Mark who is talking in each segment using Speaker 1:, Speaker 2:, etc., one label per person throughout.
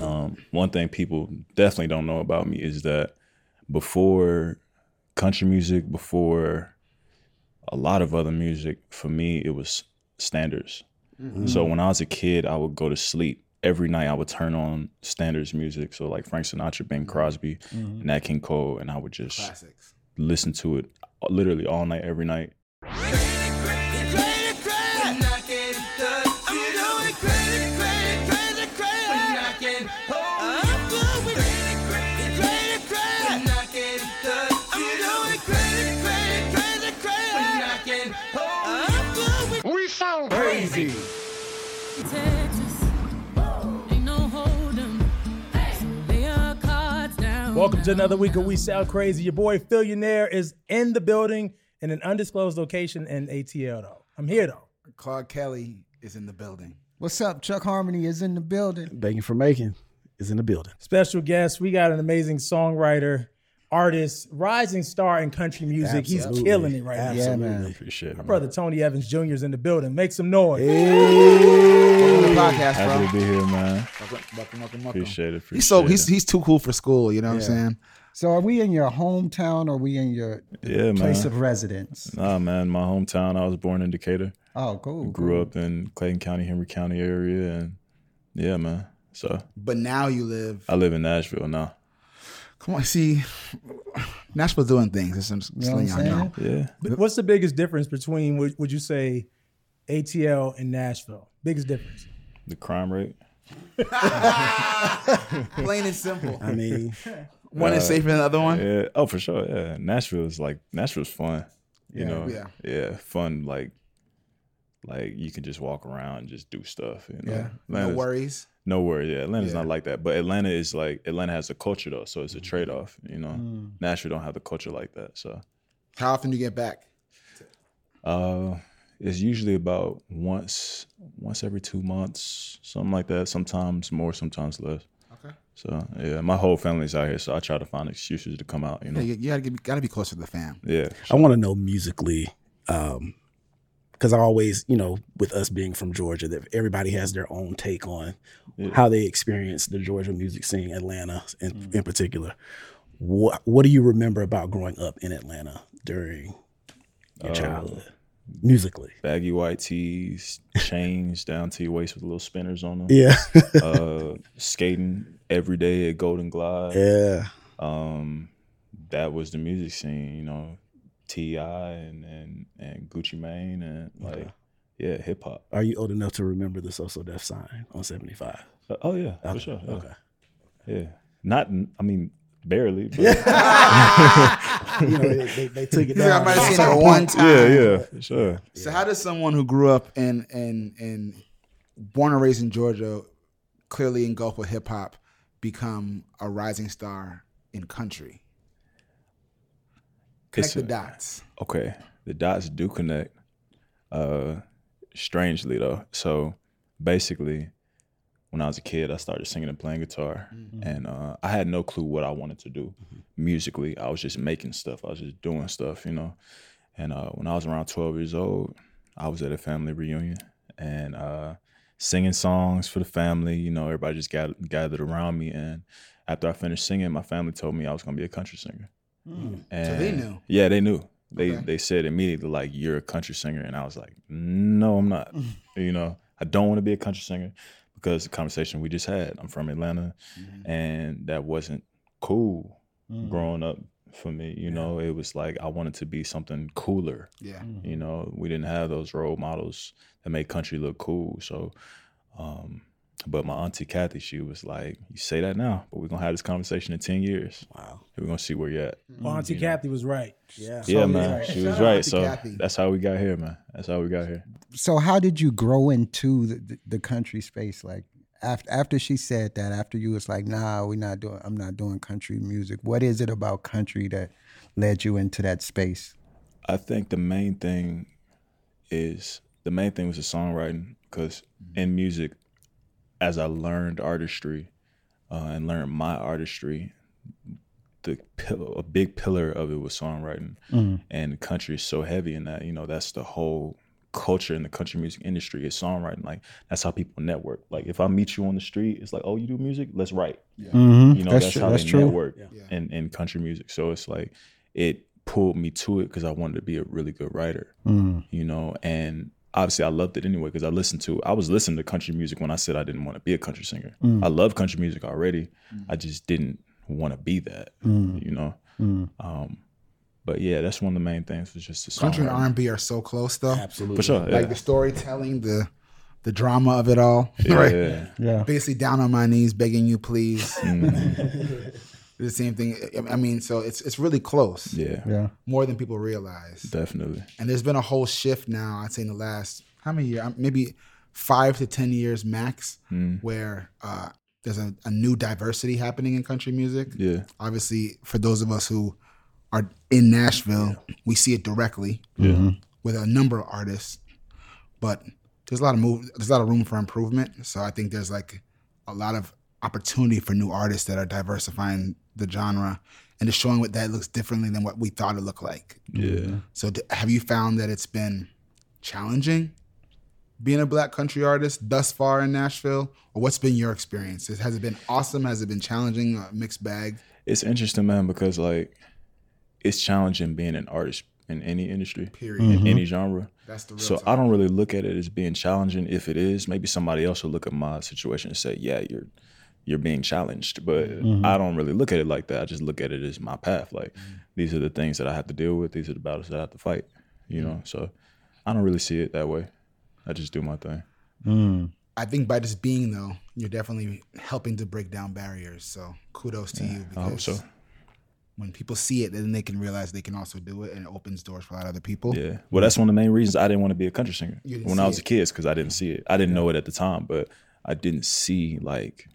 Speaker 1: Um, one thing people definitely don't know about me is that before country music, before a lot of other music, for me it was standards.
Speaker 2: Mm-hmm.
Speaker 1: So when I was a kid, I would go to sleep every night. I would turn on standards music, so like Frank Sinatra, Ben
Speaker 2: Mm-hmm.
Speaker 1: Crosby, Nat King Cole, and I would just
Speaker 2: Classics.
Speaker 1: listen to it literally all night, every night.
Speaker 2: We sound crazy.
Speaker 3: Welcome to another week of We Sound Crazy. Your boy Billionaire is in the building in an undisclosed location in ATL though. I'm here though.
Speaker 2: Claude Kelly is in the building.
Speaker 4: What's up? Chuck Harmony is in the building.
Speaker 5: Thank you for making is in the building.
Speaker 3: Special guest, we got an amazing songwriter, artist, rising star in country music. He's
Speaker 5: Absolutely.
Speaker 3: killing it right now.
Speaker 4: Yeah, man.
Speaker 1: Appreciate it.
Speaker 3: Brother Tony Evans Jr. is in the building. Make some noise.
Speaker 2: On the podcast,
Speaker 1: Happy to
Speaker 2: bro.
Speaker 1: be here, man.
Speaker 2: Welcome, welcome, welcome, welcome.
Speaker 1: Appreciate it. Appreciate
Speaker 2: He's so he's
Speaker 1: it.
Speaker 2: he's too cool for school. You know what I'm saying?
Speaker 4: So, are we in your hometown or we in your
Speaker 1: yeah,
Speaker 4: place
Speaker 1: man.
Speaker 4: of residence?
Speaker 1: Nah, man. My hometown. I was born in Decatur.
Speaker 4: Oh, cool.
Speaker 1: Grew up in Clayton County, Henry County area, and yeah, man. So
Speaker 2: But now you live.
Speaker 1: I live in Nashville now.
Speaker 2: Come on, see, Nashville's doing things. It's some
Speaker 4: You know what
Speaker 2: sling
Speaker 4: I'm
Speaker 2: y'all know.
Speaker 4: saying?
Speaker 1: Yeah.
Speaker 3: What's the biggest difference between would, would you say ATL and Nashville? Biggest difference.
Speaker 1: The crime rate.
Speaker 2: Plain and simple.
Speaker 5: I mean,
Speaker 2: One is safer than the other one.
Speaker 1: Yeah. Oh, for sure. Yeah. Nashville is like Nashville's fun. You know.
Speaker 2: yeah.
Speaker 1: Yeah. Fun. Like. Like you can just walk around and just do stuff. You know?
Speaker 2: Yeah. No
Speaker 1: Atlanta's-
Speaker 2: worries.
Speaker 1: No worries. Yeah, Atlanta's
Speaker 2: Yeah. Mm.
Speaker 1: not like that. But Atlanta is like Atlanta has a culture though, so it's a trade off. You know, Nashville don't have the culture like that. So
Speaker 2: How often do you get back?
Speaker 1: uh, it's usually about once once every two months, something like that. Sometimes more, sometimes less.
Speaker 2: Okay.
Speaker 1: So yeah, my whole family's out here, so I try to find excuses to come out. You
Speaker 2: Yeah,
Speaker 1: know.
Speaker 2: you, you gotta, get, gotta be closer to the fam.
Speaker 1: Yeah.
Speaker 5: I want to know musically, um, because I always, you know, with us being from Georgia, that everybody has their own take on how they experience the Georgia music scene, Atlanta in,
Speaker 3: Mm.
Speaker 5: in particular. What What do you remember about growing up in Atlanta during
Speaker 3: Uh,
Speaker 5: your childhood, musically?
Speaker 1: Uh, Baggy white tees, chains down to your waist with little spinners on them.
Speaker 5: Yeah,
Speaker 1: Uh, skating every day at Golden Glide.
Speaker 5: yeah.
Speaker 1: um, that was the music scene, you know, Ti and and and Gucci Mane and like yeah, hip hop.
Speaker 5: Are you old enough to remember the social death sign on seventy five?
Speaker 1: Uh, oh yeah, for sure. Yeah.
Speaker 5: Okay.
Speaker 1: yeah, not I mean barely. But
Speaker 5: you know, they, they, they took it
Speaker 2: I
Speaker 5: down.
Speaker 2: might have seen it one time.
Speaker 1: yeah, yeah, for sure.
Speaker 2: So how does someone who grew up in in in born and raised in Georgia, clearly engulfed with hip hop, become a rising star in country? Connect
Speaker 1: It's
Speaker 2: the
Speaker 1: a-
Speaker 2: dots.
Speaker 1: Okay, the dots do connect. Uh, strangely though, so basically, when I was a kid, I started singing and playing guitar, and uh, I had no clue what I wanted to do musically. I was just making stuff. I was just doing stuff, you know. And uh, when I was around twelve years old, I was at a family reunion and uh, singing songs for the family. You know, everybody just got gathered around me, and after I finished singing, my family told me I was gonna be a country singer.
Speaker 4: Hmm,
Speaker 1: And
Speaker 2: So they knew.
Speaker 1: yeah, they knew. They
Speaker 2: Okay.
Speaker 1: they said immediately like you're a country singer, and I was like, no, I'm not.
Speaker 2: Mm.
Speaker 1: you know, I don't want to be a country singer because the conversation we just had. I'm from Atlanta, and that wasn't cool
Speaker 4: hmm.
Speaker 2: Mm.
Speaker 1: growing up for me. You know, it was like I wanted to be something cooler.
Speaker 2: Yeah.
Speaker 1: You know, we didn't have those role models that made country look cool. So, um, but my auntie Kathy, she was like, "You say that now, but we're gonna have this conversation in ten years.
Speaker 5: Wow.
Speaker 1: And we're gonna see where you're at."
Speaker 3: Well, Auntie Kathy was right.
Speaker 5: Yeah.
Speaker 1: yeah, man, she was
Speaker 2: Shout out
Speaker 1: right.
Speaker 2: to
Speaker 1: So
Speaker 2: Kathy.
Speaker 1: that's how we got here, man. That's how we got here.
Speaker 4: So, how did you grow into the, the, the country space? Like, after, after she said that, after you was like, nah, we're not doing, I'm not doing country music. What is it about country that led you into that space?
Speaker 1: I think the main thing is the main thing was the songwriting because in music, as I learned artistry uh, and learned my artistry, the pill- a big pillar of it was songwriting, and country is so heavy in that you know that's the whole culture in the country music industry is songwriting. Like that's how people network. Like if I meet you on the street, it's like, oh, you do music? Let's write.
Speaker 4: Mhm.
Speaker 1: You know,
Speaker 4: that's
Speaker 1: Mm-hmm. that's,
Speaker 4: true.
Speaker 1: how
Speaker 4: That's
Speaker 1: they
Speaker 4: true.
Speaker 1: network
Speaker 2: Yeah.
Speaker 1: in, in country music. So it's like it pulled me to it because I wanted to be a really good writer.
Speaker 4: Mm.
Speaker 1: You know, and obviously I loved it anyway because I listened to I was listening to country music when I said I didn't want to be a country singer. I
Speaker 4: mm,
Speaker 2: Mm.
Speaker 1: love country music already. I just didn't want to be that.
Speaker 2: Mm.
Speaker 4: mm,
Speaker 1: You know. Um, but yeah, that's one of the main things was just the
Speaker 2: Country and
Speaker 1: songwriting.
Speaker 2: R and B are so close though.
Speaker 5: Absolutely.
Speaker 1: for sure. Yeah.
Speaker 2: Like the storytelling, the the drama of it all. Right.
Speaker 1: Yeah.
Speaker 4: Yeah.
Speaker 2: Basically, down on my knees, begging you, please.
Speaker 1: Mm,
Speaker 2: the same thing. I- I mean, so it's it's really close,
Speaker 1: yeah,
Speaker 4: Yeah.
Speaker 2: more than people realize.
Speaker 1: definitely.
Speaker 2: and there's been a whole shift now i'd say in the last how many years maybe five to ten years max where uh, there's a, a new diversity happening in country music
Speaker 1: Yeah,
Speaker 2: obviously for those of us who are in nashville we see it directly
Speaker 1: yeah,
Speaker 2: with a number of artists but there's a lot of move there's a lot of room for improvement so i think there's like a lot of opportunity for new artists that are diversifying the genre and just showing what that looks differently than what we thought it looked like
Speaker 1: yeah.
Speaker 2: so, d have you found that it's been challenging being a black country artist thus far in Nashville? Or what's been your experience? Has it been awesome? Has it been challenging? A mixed bag?
Speaker 1: It's interesting, man, because like it's challenging being an artist in any industry,
Speaker 2: Period.
Speaker 1: in any genre.
Speaker 2: That's the real
Speaker 1: Mm. So I don't really look at it as being challenging. If it is, maybe somebody else will look at my situation and say, "Yeah, you're you're being challenged." But
Speaker 2: Mm-hmm.
Speaker 1: I don't really look at it like that. I just look at it as my path. Like these are the things that I have to deal with. These are the battles that I have to fight. You know, so I don't really see it that way. I just do my thing.
Speaker 2: I think by just being though, you're definitely helping to break down barriers. So kudos to you
Speaker 1: I hope so.
Speaker 2: when people see it, then they can realize they can also do it, and it opens doors for a lot of other people.
Speaker 1: Yeah. Well, that's one of the main reasons I didn't want to be a country singer
Speaker 2: You didn't
Speaker 1: when I
Speaker 2: see
Speaker 1: was
Speaker 2: it.
Speaker 1: a kid, because I didn't see it. I didn't know it at the time, but I didn't see like,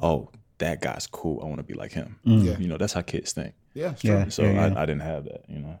Speaker 1: oh, that guy's cool. I want to be like him.
Speaker 2: Yeah.
Speaker 1: You know, that's how kids think.
Speaker 2: Yeah, it's true.
Speaker 4: Yeah.
Speaker 1: So
Speaker 4: yeah, yeah.
Speaker 1: I, I didn't have that. You know.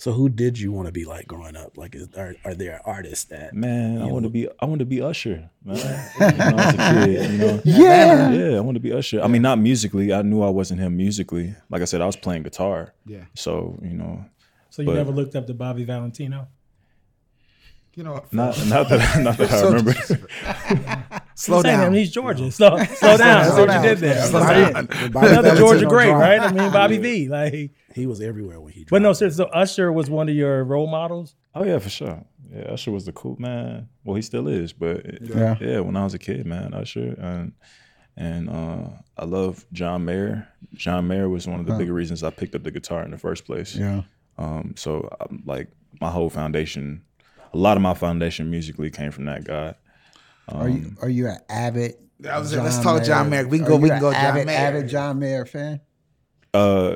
Speaker 5: So who did you want to be like growing up? Like, is, are are there artists that?
Speaker 1: Man, I want to be I want to be Usher, man. when I was a kid, you know.
Speaker 4: Yeah.
Speaker 1: Yeah, I want to be Usher. I mean, not musically. I knew I wasn't him musically. Like I said, I was playing guitar.
Speaker 2: Yeah.
Speaker 1: So, you know,
Speaker 3: So you
Speaker 1: But-
Speaker 3: never looked up to Bobby Valentino?
Speaker 2: You know, what?
Speaker 1: not not that not that I remember.
Speaker 2: slow
Speaker 3: He's saying him,
Speaker 2: down.
Speaker 3: He's Georgia. Slow, slow down. See
Speaker 2: slow
Speaker 3: what you
Speaker 2: down.
Speaker 3: did there.
Speaker 2: Slow
Speaker 3: I
Speaker 2: down.
Speaker 3: did.
Speaker 5: Bobby
Speaker 3: Another
Speaker 5: Valentino
Speaker 3: Georgia great,
Speaker 5: drawing.
Speaker 3: right? I mean, Bobby V. Like,
Speaker 5: He was everywhere when he.
Speaker 3: but no,
Speaker 5: dropped.
Speaker 3: seriously. So Usher was one of your role models.
Speaker 1: Oh yeah, for sure. Yeah, Usher was the cool man. Well, he still is, but
Speaker 4: Yeah.
Speaker 1: yeah, when I was a kid, man, Usher and and uh, I love John Mayer. John Mayer was one of the bigger reasons I picked up the guitar in the first place.
Speaker 4: Yeah.
Speaker 1: Um, so I'm like my whole foundation, a lot of my foundation musically came from that guy.
Speaker 4: Are you are you an avid?
Speaker 2: Um, I was like, let's talk John Mayer. We can go-
Speaker 4: Are
Speaker 2: we
Speaker 4: you
Speaker 2: can
Speaker 4: a
Speaker 2: go John
Speaker 4: avid,
Speaker 2: Mayer.
Speaker 4: Avid John Mayer fan.
Speaker 1: Uh,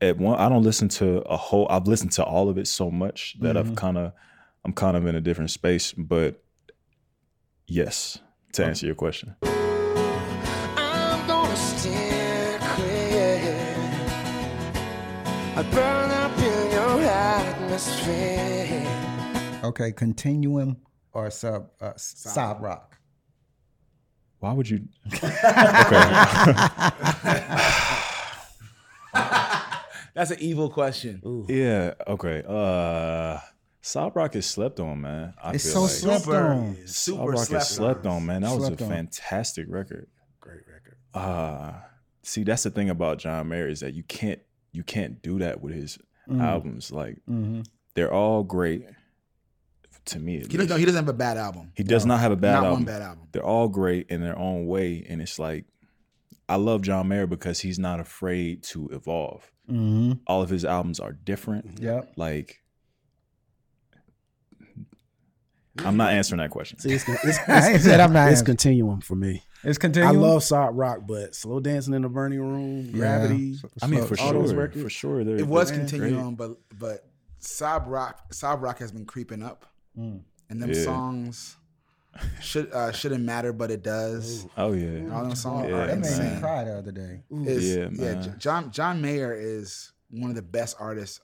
Speaker 1: at one, I don't listen to a whole. I've listened to all of it so much that I've
Speaker 4: Mm-hmm.
Speaker 1: kind of, I'm kind of in a different space. But yes, to
Speaker 4: Oh.
Speaker 1: answer your question.
Speaker 6: I'm gonna steer clear. I burn up in your atmosphere.
Speaker 4: Okay, Continuum or sub uh, Sob Rock.
Speaker 1: Why would you? okay.
Speaker 2: That's an evil question.
Speaker 1: Yeah. Okay. Uh, Sob Rock is slept on, man. I
Speaker 4: It's so
Speaker 1: feel like.
Speaker 4: slept on.
Speaker 1: Sob Rock is slept on, man. That was a
Speaker 4: Slept on.
Speaker 1: fantastic record.
Speaker 5: great record.
Speaker 1: Uh see, that's the thing about John Mayer is that you can't you can't do that with his
Speaker 4: Mm.
Speaker 1: albums. Like
Speaker 4: Mm-hmm.
Speaker 1: they're all great to me. At
Speaker 2: He
Speaker 1: least.
Speaker 2: doesn't, he doesn't have a bad album.
Speaker 1: He does not have a bad
Speaker 2: Not
Speaker 1: album.
Speaker 2: one bad album.
Speaker 1: They're all great in their own way, and it's like I love John Mayer because he's not afraid to evolve.
Speaker 4: Mm-hmm.
Speaker 1: All of his albums are different.
Speaker 4: Yep.
Speaker 1: like I'm not answering that question.
Speaker 5: See, it's, it's, it's,
Speaker 4: I ain't said I'm not
Speaker 5: it's
Speaker 4: him.
Speaker 5: continuum for me.
Speaker 4: It's Continuum.
Speaker 5: I love soft rock, but slow dancing in the burning room, gravity.
Speaker 1: I mean, for
Speaker 5: all those
Speaker 1: sure,
Speaker 5: records.
Speaker 1: for sure, they're-
Speaker 2: It was
Speaker 1: they're great.
Speaker 2: continuing, but but sob rock sob rock has been creeping up. And them
Speaker 1: Mm. Yeah.
Speaker 2: songs should uh, shouldn't matter, but it does.
Speaker 1: Oh yeah.
Speaker 2: All them songs
Speaker 1: Yeah,
Speaker 2: are
Speaker 4: That made me
Speaker 2: insane.
Speaker 4: cry the other day.
Speaker 2: Is,
Speaker 1: Yeah,
Speaker 2: yeah,
Speaker 1: man.
Speaker 2: J- John John Mayer is one of the best artists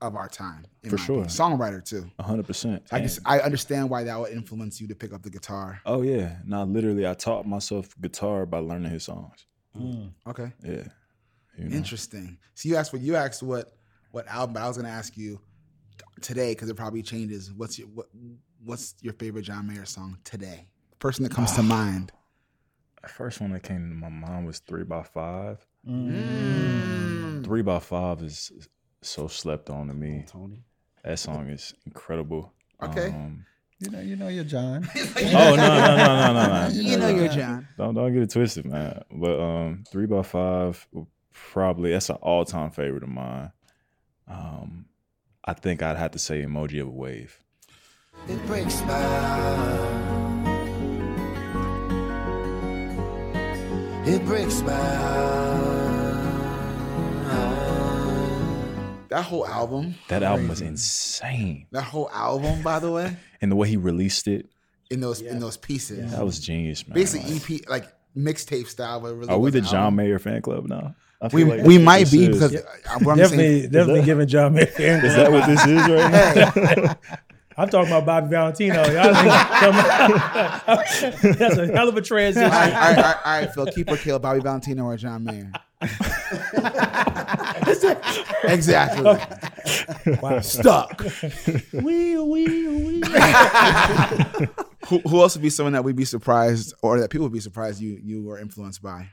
Speaker 2: of our time. in
Speaker 1: For
Speaker 2: my opinion.
Speaker 1: sure.
Speaker 2: songwriter too.
Speaker 1: hundred percent.
Speaker 2: I guess I understand why that would influence you to pick up the guitar.
Speaker 1: Oh yeah. Now literally I taught myself guitar by learning his songs.
Speaker 2: Okay,
Speaker 1: Yeah. You know?
Speaker 2: interesting. So you asked what you asked what what album? But I was gonna ask you today because it probably changes. What's your what What's your favorite John Mayer song today? Person that
Speaker 1: Ah.
Speaker 2: comes to mind.
Speaker 1: The first one that came to my mind was three by five. Three by five is so slept on to me.
Speaker 5: Tony.
Speaker 1: That song is incredible.
Speaker 2: Okay.
Speaker 1: Um,
Speaker 4: You know, you know, you're John.
Speaker 1: oh no no no no no no!
Speaker 2: you know your John.
Speaker 1: Don't don't get it twisted, man. But um, three by five, probably that's an all time favorite of mine. Um, I think I'd have to say emoji of a wave.
Speaker 6: It breaks my heart. It breaks my heart.
Speaker 2: That whole album.
Speaker 1: That album was insane,
Speaker 2: That whole album, by the way,
Speaker 1: and the way he released it,
Speaker 2: in those in those pieces.
Speaker 1: that was genius, man.
Speaker 2: Basically
Speaker 1: Like,
Speaker 2: EP like mixtape style. But it really
Speaker 1: are we
Speaker 2: was
Speaker 1: the
Speaker 2: an
Speaker 1: John
Speaker 2: album.
Speaker 1: Mayer fan club now? I
Speaker 2: We,
Speaker 1: feel like
Speaker 2: we
Speaker 1: that's what
Speaker 2: might
Speaker 1: this
Speaker 2: be
Speaker 1: is.
Speaker 2: because uh, what I'm
Speaker 3: Definitely,
Speaker 2: saying.
Speaker 3: definitely giving John Mayer.
Speaker 1: is that what this is right now?
Speaker 3: I'm talking about Bobby Valentino. Y'all think- that's a hell of a transition.
Speaker 2: All right, all right, all right, all right, Phil. Keep or kill Bobby Valentino or John Mayer. exactly.
Speaker 5: Stuck.
Speaker 2: Who, who else would be someone that we'd be surprised or that people would be surprised you you were influenced by?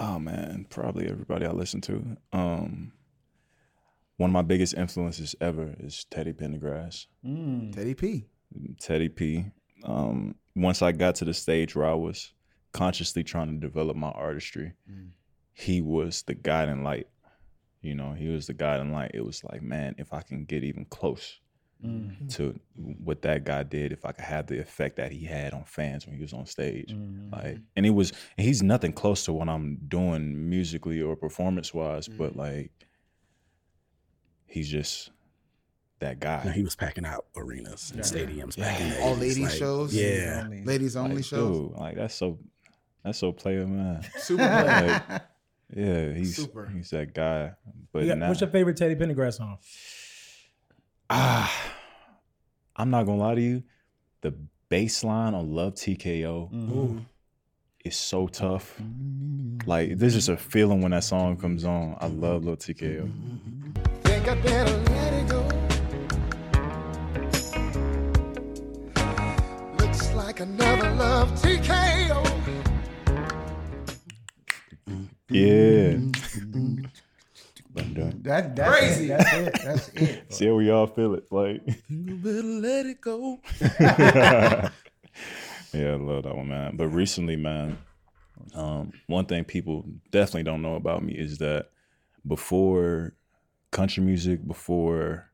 Speaker 1: Oh man, probably everybody I listen to. Um, one of my biggest influences ever is Teddy Pendergrass,
Speaker 4: Mm.
Speaker 2: Teddy P.
Speaker 1: Teddy P. Um, once I got to the stage where I was consciously trying to develop my artistry, he was the guiding light. You know, he was the guiding light. It was like, man, if I can get even close to what that guy did, if I could have the effect that he had on fans when he was on stage, like, and it was, and he's nothing close to what I'm doing musically or performance wise, but like, he's just that guy.
Speaker 5: he was packing out arenas and stadiums back in the
Speaker 2: All
Speaker 5: 80s,
Speaker 2: ladies
Speaker 5: like,
Speaker 2: shows.
Speaker 5: Yeah.
Speaker 2: Ladies only
Speaker 1: like,
Speaker 2: shows.
Speaker 1: dude, like that's so, that's so player man.
Speaker 2: Super. Bowl.
Speaker 1: Like, yeah, he's
Speaker 2: Super.
Speaker 1: he's that guy. But
Speaker 3: Yeah,
Speaker 1: now,
Speaker 3: What's your favorite Teddy Pendergrass song?
Speaker 1: ah, I'm not gonna lie to you. The bass line on Love TKO is so tough. Like there's just a feeling when that song comes on. I love Lil TKO.
Speaker 6: Think I better let it go. Looks like another love TKO.
Speaker 1: Yeah.
Speaker 4: That, that's crazy. That's it. That's it.
Speaker 1: See how we all feel it. Like
Speaker 2: You better let it go.
Speaker 1: Yeah, I love that one, man. But recently, man, um, one thing people definitely don't know about me is that before country music, before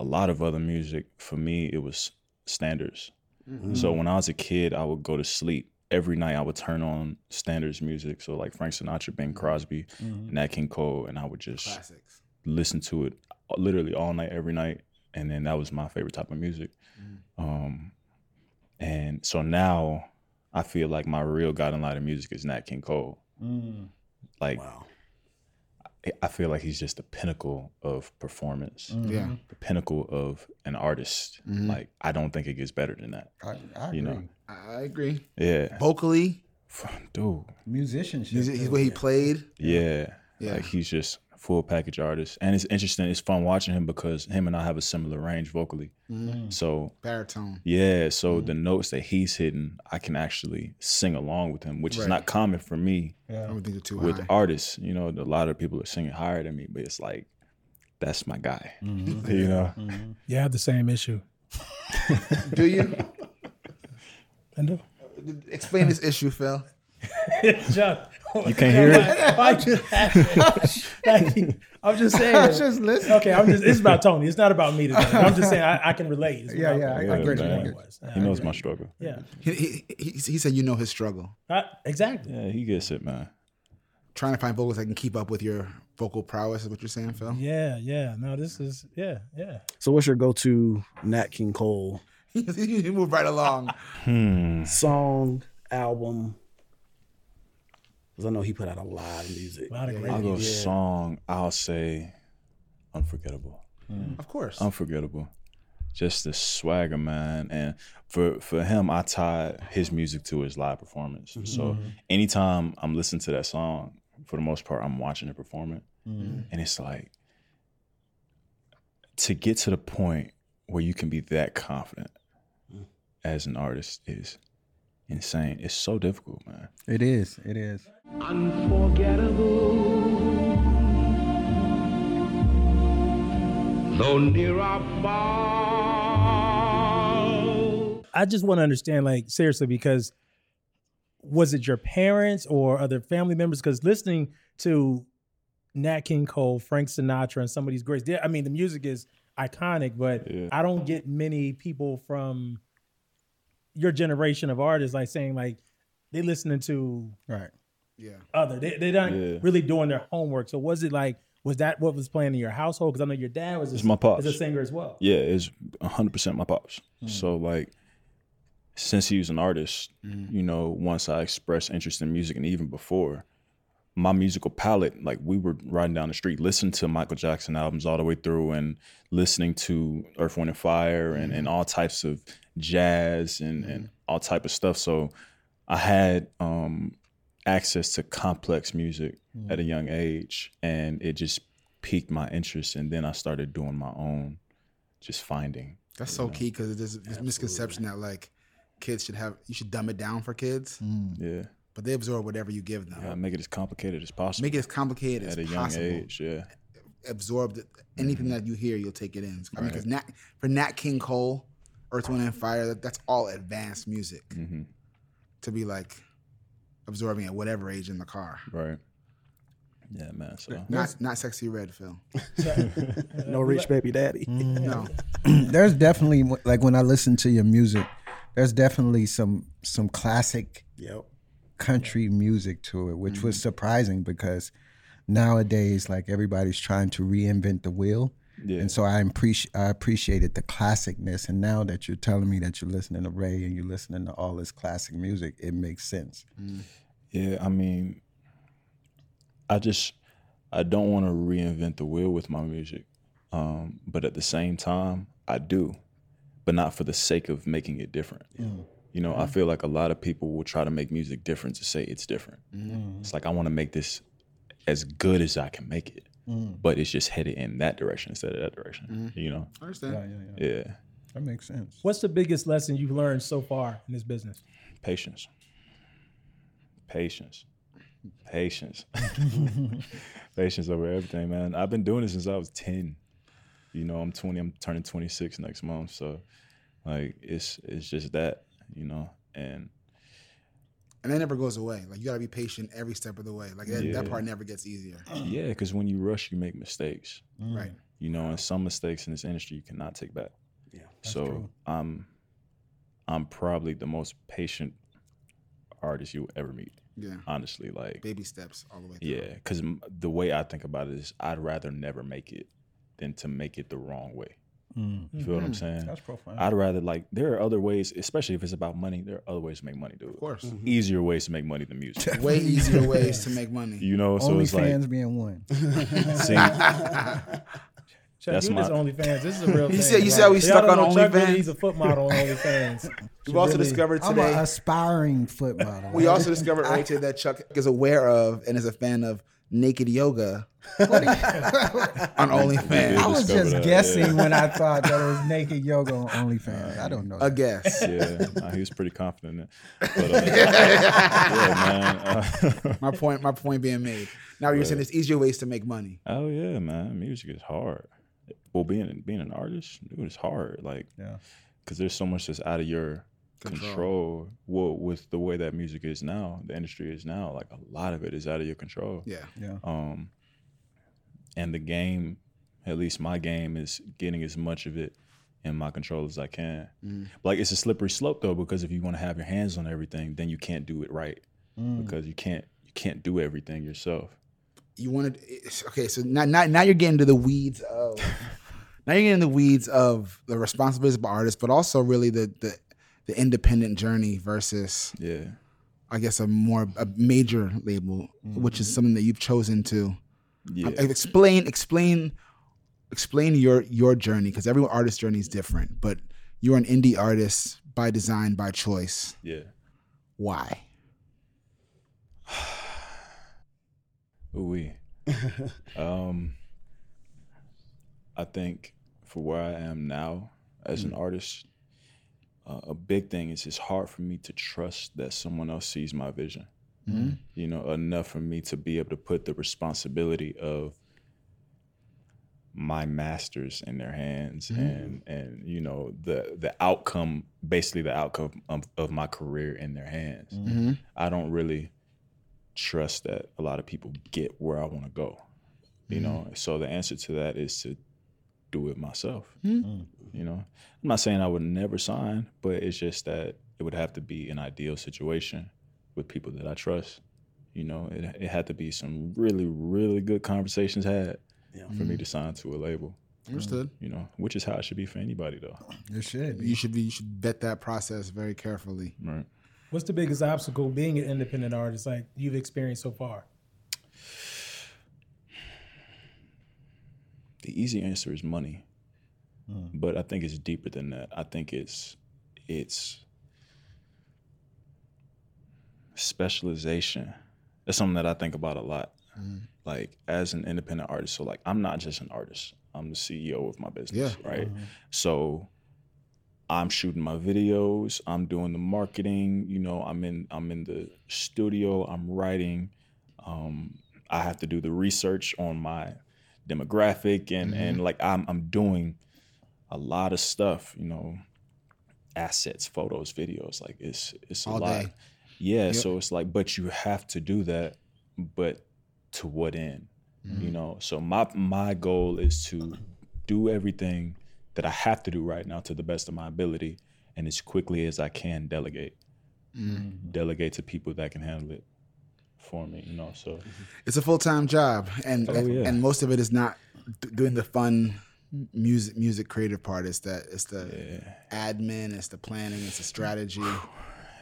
Speaker 1: a lot of other music, for me, it was standards.
Speaker 2: Mm-hmm.
Speaker 1: So when I was a kid, I would go to sleep. Every night I would turn on standards music. So like Frank Sinatra, Ben Crosby, Nat King Cole, and I would just
Speaker 2: Mm-hmm. Classics.
Speaker 1: listen to it literally all night, every night, and then that was my favorite type of music. Um, and so now I feel like my real guiding light of music is Nat King Cole.
Speaker 4: Mm.
Speaker 1: Like
Speaker 5: Wow.
Speaker 1: I- I feel like he's just the pinnacle of performance,
Speaker 2: Yeah.
Speaker 1: the pinnacle of an artist. Like I don't think it gets better than that.
Speaker 4: I, I agree.
Speaker 1: You know?
Speaker 2: I agree.
Speaker 1: Yeah,
Speaker 2: Vocally,
Speaker 1: dude.
Speaker 4: Musicianship.
Speaker 2: he's, he's
Speaker 4: too.
Speaker 2: what he played.
Speaker 1: Yeah.
Speaker 2: Yeah.
Speaker 1: Like he's just full package artist. And it's interesting, it's fun watching him because him and I have a similar range vocally. So
Speaker 2: Baritone.
Speaker 1: Yeah, so
Speaker 4: Mm-hmm.
Speaker 1: the notes that he's hitting, I can actually sing along with him, which is
Speaker 2: Right.
Speaker 1: not common for me
Speaker 2: I don't think they're too
Speaker 1: with
Speaker 2: high.
Speaker 1: artists. You know, a lot of people are singing higher than me, but it's like that's my guy.
Speaker 4: Mm-hmm.
Speaker 1: You know,
Speaker 3: You have the same issue.
Speaker 2: Do you
Speaker 3: I know.
Speaker 2: explain this issue, Phil?
Speaker 3: John,
Speaker 1: you can't hear it.
Speaker 3: I'm just, I'm just saying.
Speaker 4: I was just listening.
Speaker 3: okay, I'm just. It's about Tony. It's not about me today. I'm just saying I, I can relate. It's
Speaker 4: Yeah,
Speaker 3: about-
Speaker 4: yeah, I- I
Speaker 1: Yeah,
Speaker 4: get you. I
Speaker 1: man.
Speaker 4: get you.
Speaker 3: was. Yeah,
Speaker 1: He knows my struggle.
Speaker 3: yeah.
Speaker 2: He, he, he, he said, "You know his struggle."
Speaker 3: I- exactly.
Speaker 1: Yeah, he gets it, man.
Speaker 2: trying to find vocals that can keep up with your vocal prowess is what you're saying, Phil.
Speaker 3: Yeah, yeah. No, this is yeah, yeah.
Speaker 5: So what's your go-to Nat King Cole
Speaker 2: you move right along.
Speaker 5: song, album? Because I know he put out a lot of music.
Speaker 3: A lot of
Speaker 1: I'll
Speaker 3: great.
Speaker 1: go song. I'll say unforgettable.
Speaker 2: Mm. Of course.
Speaker 1: Unforgettable. Just the swagger, man. And for for him, I tied his music to his live performance.
Speaker 2: Mm-hmm.
Speaker 1: So anytime I'm listening to that song, for the most part, I'm watching it perform it.
Speaker 2: Mm-hmm.
Speaker 1: And it's like to get to the point where you can be that confident
Speaker 2: Mm.
Speaker 1: as an artist is insane. It's so difficult, man.
Speaker 4: It is. It is.
Speaker 3: I just want to understand, like, seriously, because was it your parents or other family members? Because listening to Nat King Cole, Frank Sinatra, and some of these greats, they- I mean, the music is iconic, but I don't get many people from your generation of artists like saying like they listening to
Speaker 4: Right.
Speaker 2: yeah.
Speaker 3: other. They they're not
Speaker 1: Yeah.
Speaker 3: really doing their homework. So was it like was that what was playing in your household? Because I know your dad was a,
Speaker 1: It's my pops.
Speaker 3: is a singer as well.
Speaker 1: Yeah, it's hundred percent my pops. So like, since he was an artist, you know, once I expressed interest in music, and even before, my musical palette, like we were riding down the street, listening to Michael Jackson albums all the way through, and listening to Earth, Wind, and Fire, and, and all types of jazz and and all type of stuff. So I had um access to complex music at a young age, and it just piqued my interest, and then I started doing my own just finding.
Speaker 2: That's so key because there's this misconception that like kids should have you should dumb it down for kids,
Speaker 1: Mm-hmm. Yeah.
Speaker 2: but they absorb whatever you give them.
Speaker 1: Uh, make it as complicated as possible
Speaker 2: Make it as complicated
Speaker 1: at a
Speaker 2: as
Speaker 1: young
Speaker 2: possible.
Speaker 1: age. Mm-hmm. Yeah.
Speaker 2: Absorb the, anything that you hear, you'll take it in. I mean, because Nat, for Nat King Cole, Earth, Wind, and Fire, that, that's all advanced music.
Speaker 1: Mm-hmm.
Speaker 2: To be like absorbing at whatever age in the car.
Speaker 1: Right. Yeah, man. So
Speaker 2: Not not sexy red, Phil.
Speaker 5: No Rich Baby Daddy.
Speaker 3: Mm-hmm.
Speaker 2: No.
Speaker 4: There's definitely like when I listen to your music, there's definitely some some classic
Speaker 5: Yep.
Speaker 4: country music to it, which
Speaker 2: Mm-hmm.
Speaker 4: was surprising because nowadays like everybody's trying to reinvent the wheel.
Speaker 1: Yeah.
Speaker 4: And so I appreciate I appreciated the classicness, and now that you're telling me that you're listening to Ray and you're listening to all this classic music, it makes sense.
Speaker 1: yeah, I mean, I just I don't want to reinvent the wheel with my music, um, but at the same time, I do, but not for the sake of making it different. You know, I feel like a lot of people will try to make music different to say it's different. It's like I want to make this as good as I can make it, but it's just headed in that direction instead of that direction. You know?
Speaker 2: I understand.
Speaker 1: Mm. Yeah.
Speaker 4: That makes sense.
Speaker 3: What's the biggest lesson you've learned so far in this business?
Speaker 1: Patience. Patience. Patience. Patience over everything, man. I've been doing this since I was 10. You know, I'm 20, I'm turning 26 next month. So like it's it's just that, you know. And
Speaker 2: And that never goes away. Like you gotta be patient every step of the way. Like that, that part never gets easier.
Speaker 1: yeah, because when you rush, you make mistakes.
Speaker 4: Mm.
Speaker 2: Right.
Speaker 1: You know, and some mistakes in this industry you cannot take back.
Speaker 5: Yeah,
Speaker 1: So I'm I'm probably the most patient artist you'll ever meet.
Speaker 2: Yeah.
Speaker 1: Honestly. Like
Speaker 2: Baby steps all the way through.
Speaker 1: Yeah, because the way I think about it is, I'd rather never make it than to make it the wrong way. You feel what I'm saying? Mm-hmm. That's profound. I'd rather like there are other ways, especially if it's about money. There are other ways to make money, dude. Of
Speaker 2: course.
Speaker 1: easier ways to make money than music.
Speaker 2: Way easier ways to make money.
Speaker 1: you know, so
Speaker 4: Only
Speaker 1: it's
Speaker 4: fans being one.
Speaker 1: like, see,
Speaker 3: Chuck,
Speaker 1: That's
Speaker 3: you
Speaker 1: my-
Speaker 3: just OnlyFans. This is a real.
Speaker 2: He
Speaker 3: thing,
Speaker 2: said- you
Speaker 3: bro.
Speaker 2: said we
Speaker 3: Y'all
Speaker 2: stuck
Speaker 3: don't
Speaker 2: on
Speaker 3: know Chuck really,
Speaker 2: OnlyFans.
Speaker 3: He's a foot model on OnlyFans.
Speaker 2: We've also
Speaker 3: Really-
Speaker 2: discovered
Speaker 4: I'm an
Speaker 2: today.
Speaker 4: aspiring foot model.
Speaker 2: we also discovered earlier today that Chuck is aware of and is a fan of naked yoga on
Speaker 4: I
Speaker 2: OnlyFans.
Speaker 4: was
Speaker 1: discovered
Speaker 4: just
Speaker 1: that,
Speaker 4: guessing when I thought that it was naked yoga on OnlyFans. I don't know.
Speaker 2: A guess.
Speaker 1: yeah, nah, he was pretty confident. In it. But, uh, yeah, man. uh,
Speaker 2: My point. My point being made. Now you're saying there's easier ways to make money.
Speaker 1: Oh yeah, man. Music is hard. Well, being being an artist, dude, it's hard. Like,
Speaker 4: Yeah.
Speaker 1: because there's so much that's out of your control. Well, with the way that music is now, the industry is now, like a lot of it is out of your control.
Speaker 2: Yeah.
Speaker 1: Um, and the game, at least my game, is getting as much of it in my control as I can. Like it's a slippery slope though, because if you want to have your hands on everything, then you can't do it right because you can't you can't do everything yourself.
Speaker 2: you wanted it's- okay so now, now, now you're getting to the weeds of now you're getting the weeds of the responsibilities of an artist but also really the the, the independent journey versus
Speaker 1: Yeah.
Speaker 2: i guess a more a major label which is something that you've chosen to
Speaker 1: Yeah.
Speaker 2: I- explain explain explain your your journey because every artist's journey is different but you're an indie artist by design by choice
Speaker 1: yeah.
Speaker 2: why
Speaker 1: Ooh um, I think for where I am now as an artist, uh, a big thing is it's hard for me to trust that someone else sees my vision. You know, enough for me to be able to put the responsibility of my masters in their hands and and you know the the outcome basically the outcome of, of my career in their hands i don't really trust that a lot of people get where I want to go. You know, so the answer to that is to do it myself. You know, I'm not saying I would never sign, but it's just that it would have to be an ideal situation with people that I trust. You know, it, it had to be some really, really good conversations had
Speaker 5: Yeah.
Speaker 1: for me to sign to a label.
Speaker 2: understood
Speaker 1: You know, which is how it should be for anybody, though.
Speaker 4: It should.
Speaker 2: you should be you should vet that process very carefully
Speaker 1: Right.
Speaker 3: What's the biggest obstacle being an independent artist like you've experienced so far?
Speaker 1: the easy answer is money but i think it's deeper than that i think it's it's specialization that's something that i think about a lot like as an independent artist so like i'm not just an artist i'm the ceo of my business right so i'm shooting my videos i'm doing the marketing you know i'm in i'm in the studio i'm writing um, i have to do the research on my demographic and
Speaker 2: Mm-hmm.
Speaker 1: and like I'm I'm doing a lot of stuff, you know, assets, photos, videos, like it's it's a
Speaker 2: All
Speaker 1: lot.
Speaker 2: day.
Speaker 1: Yeah, so it's like but you have to do that, but to what end?
Speaker 2: Mm-hmm.
Speaker 1: You know, so my my goal is to do everything that I have to do right now to the best of my ability and as quickly as I can delegate. Delegate to people that can handle it for me, you know. So
Speaker 2: it's a full time job, and and,
Speaker 1: Oh, yeah.
Speaker 2: and most of it is not d- doing the fun music music creative part. It's that it's the admin, it's the planning, it's the strategy.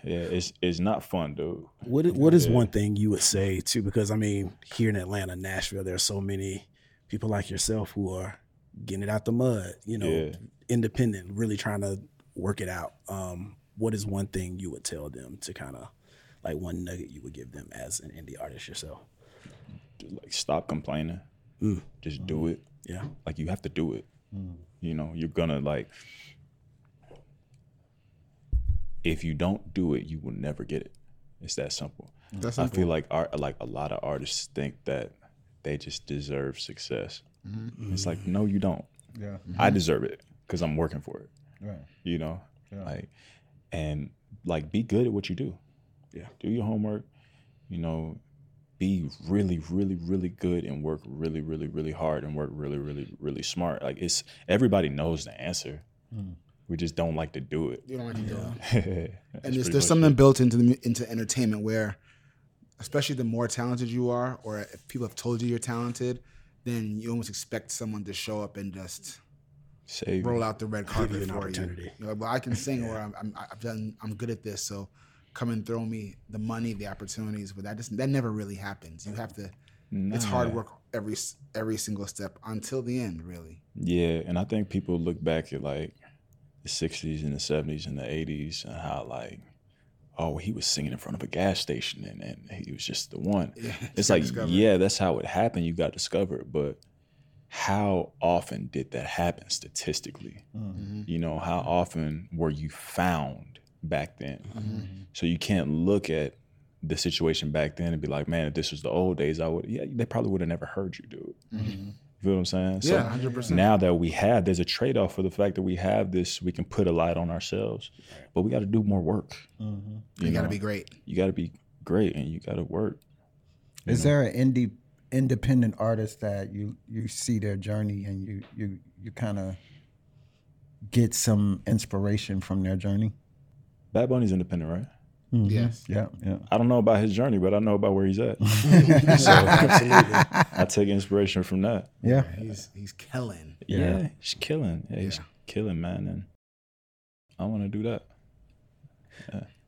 Speaker 1: yeah, it's it's not fun, dude.
Speaker 5: What is, what is one thing you would say too? Because I mean, here in Atlanta, Nashville, there are so many people like yourself who are getting it out the mud. You know,
Speaker 1: Yeah.
Speaker 5: independent, really trying to work it out. Um, what is one thing you would tell them to kind of like one nugget you would give them as an indie artist yourself?
Speaker 1: like stop complaining. Just do it.
Speaker 5: Yeah,
Speaker 1: Like you have to do it. You know, you're gonna like if you don't do it, you will never get it. It's that simple.
Speaker 2: That's
Speaker 1: I feel like art like a lot of artists think that they just deserve success. It's like, no, you don't.
Speaker 4: Yeah.
Speaker 1: I deserve it because I'm working for it.
Speaker 4: Right.
Speaker 1: You know? Like and like be good at what you do.
Speaker 5: Yeah.
Speaker 1: Do your homework, you know, be really, really, really good and work really, really, really hard and work really, really, really smart. Like it's everybody knows the answer. We just don't like to do it.
Speaker 2: you don't like to do it.
Speaker 1: That's
Speaker 2: And there's,
Speaker 1: pretty
Speaker 2: there's
Speaker 1: much
Speaker 2: something
Speaker 1: it.
Speaker 2: built into the, mu- into entertainment where, especially the more talented you are, or if people have told you you're talented, then you almost expect someone to show up and just
Speaker 1: Save
Speaker 2: roll out the red carpet
Speaker 5: you an
Speaker 2: for
Speaker 5: opportunity.
Speaker 2: you. You're like, well, I can sing, or I'm, I'm I've done, I'm good at this, so come and throw me the money, the opportunities. But that just that never really happens. You have to, it's hard work every s- every single step until the end, really.
Speaker 1: Yeah, and I think people look back at like the '60s and the '70s and the '80s and how like, oh, he was singing in front of a gas station and, and he was just the one. it's like, yeah, that's how it happened. You got discovered, but how often did that happen statistically? You know, how often were you found back then? So you can't look at the situation back then and be like, man, if this was the old days, I would. Yeah, they probably would have never heard you, dude. You feel what I'm saying? So
Speaker 2: Yeah, 100%.
Speaker 1: Now that we have, there's a trade off for the fact that we have this, we can put a light on ourselves, but we got to do more work.
Speaker 2: You, got to be great.
Speaker 1: You got to be great and you got to work.
Speaker 4: Is there an indie independent artist that you you see their journey and you you you kind of get some inspiration from their journey? Mm-hmm.
Speaker 1: Bad Bunny's independent, right?
Speaker 2: Yes.
Speaker 4: Yeah, yeah.
Speaker 1: I don't know about his journey, but I know about where he's at.
Speaker 5: Absolutely.
Speaker 1: I take inspiration from that.
Speaker 4: Yeah.
Speaker 2: He's he's killing.
Speaker 1: Yeah,
Speaker 4: Yeah.
Speaker 1: he's killing. Yeah, he's
Speaker 2: Yeah.
Speaker 1: killing, man. And I want to do that.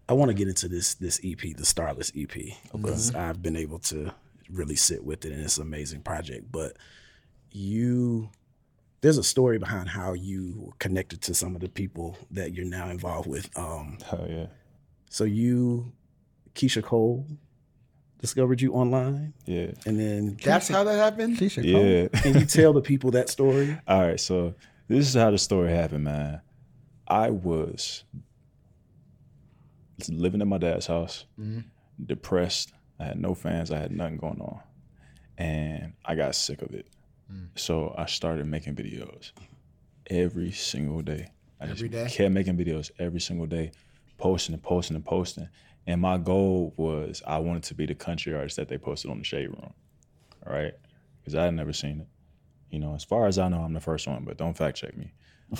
Speaker 5: I want to get into this this EP, the Starless EP, because I've been able to really sit with it, and it's an amazing project. But you, there's a story behind how you were connected to some of the people that you're now involved with. Um,
Speaker 1: Oh yeah,
Speaker 5: so you, Keisha Cole, discovered you online,
Speaker 1: yeah,
Speaker 5: and then
Speaker 2: That's how that happened.
Speaker 4: Keisha Cole.
Speaker 1: yeah.
Speaker 5: can you tell the people that story?
Speaker 1: All right, so this is how the story happened, man. I was living at my dad's house,
Speaker 2: Mm-hmm.
Speaker 1: depressed. I had no fans. I had nothing going on, and I got sick of it.
Speaker 2: Mm.
Speaker 1: So I started making videos every single day. I
Speaker 2: Every day?
Speaker 1: kept making videos every single day, posting and posting and posting. And my goal was I wanted to be the country artist that they posted on the Shade Room, all right? Because I had never seen it. You know, as far as I know, I'm the first one, but don't fact check me.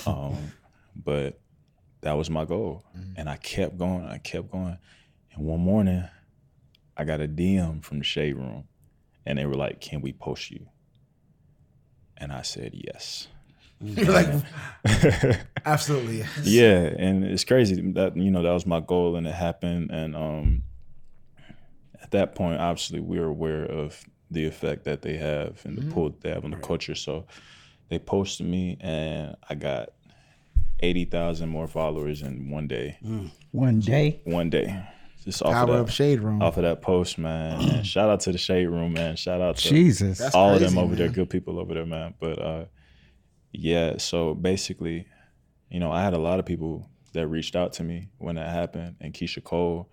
Speaker 1: Um, but that was my goal. And I kept going, I kept going. And one morning, I got a DM from the shade room and they were like, Can we post you? And I said, Yes.
Speaker 2: You're like absolutely.
Speaker 1: Yeah. And it's crazy that, you know, that was my goal and it happened. And um, at that point, obviously, we were aware of the effect that they have and the pull that they have on the culture. So they posted me and I got 80,000 more followers in one day.
Speaker 4: One day.
Speaker 1: One day. Just off
Speaker 2: Power
Speaker 1: of
Speaker 2: up
Speaker 1: that,
Speaker 2: shade room.
Speaker 1: off of that post, man. and shout out to the shade room, man. Shout out to
Speaker 4: Jesus.
Speaker 2: That's
Speaker 1: all of
Speaker 2: crazy,
Speaker 1: them over there,
Speaker 2: man.
Speaker 1: good people over there, man. But uh, yeah, so basically, you know, I had a lot of people that reached out to me when that happened, and Keisha Cole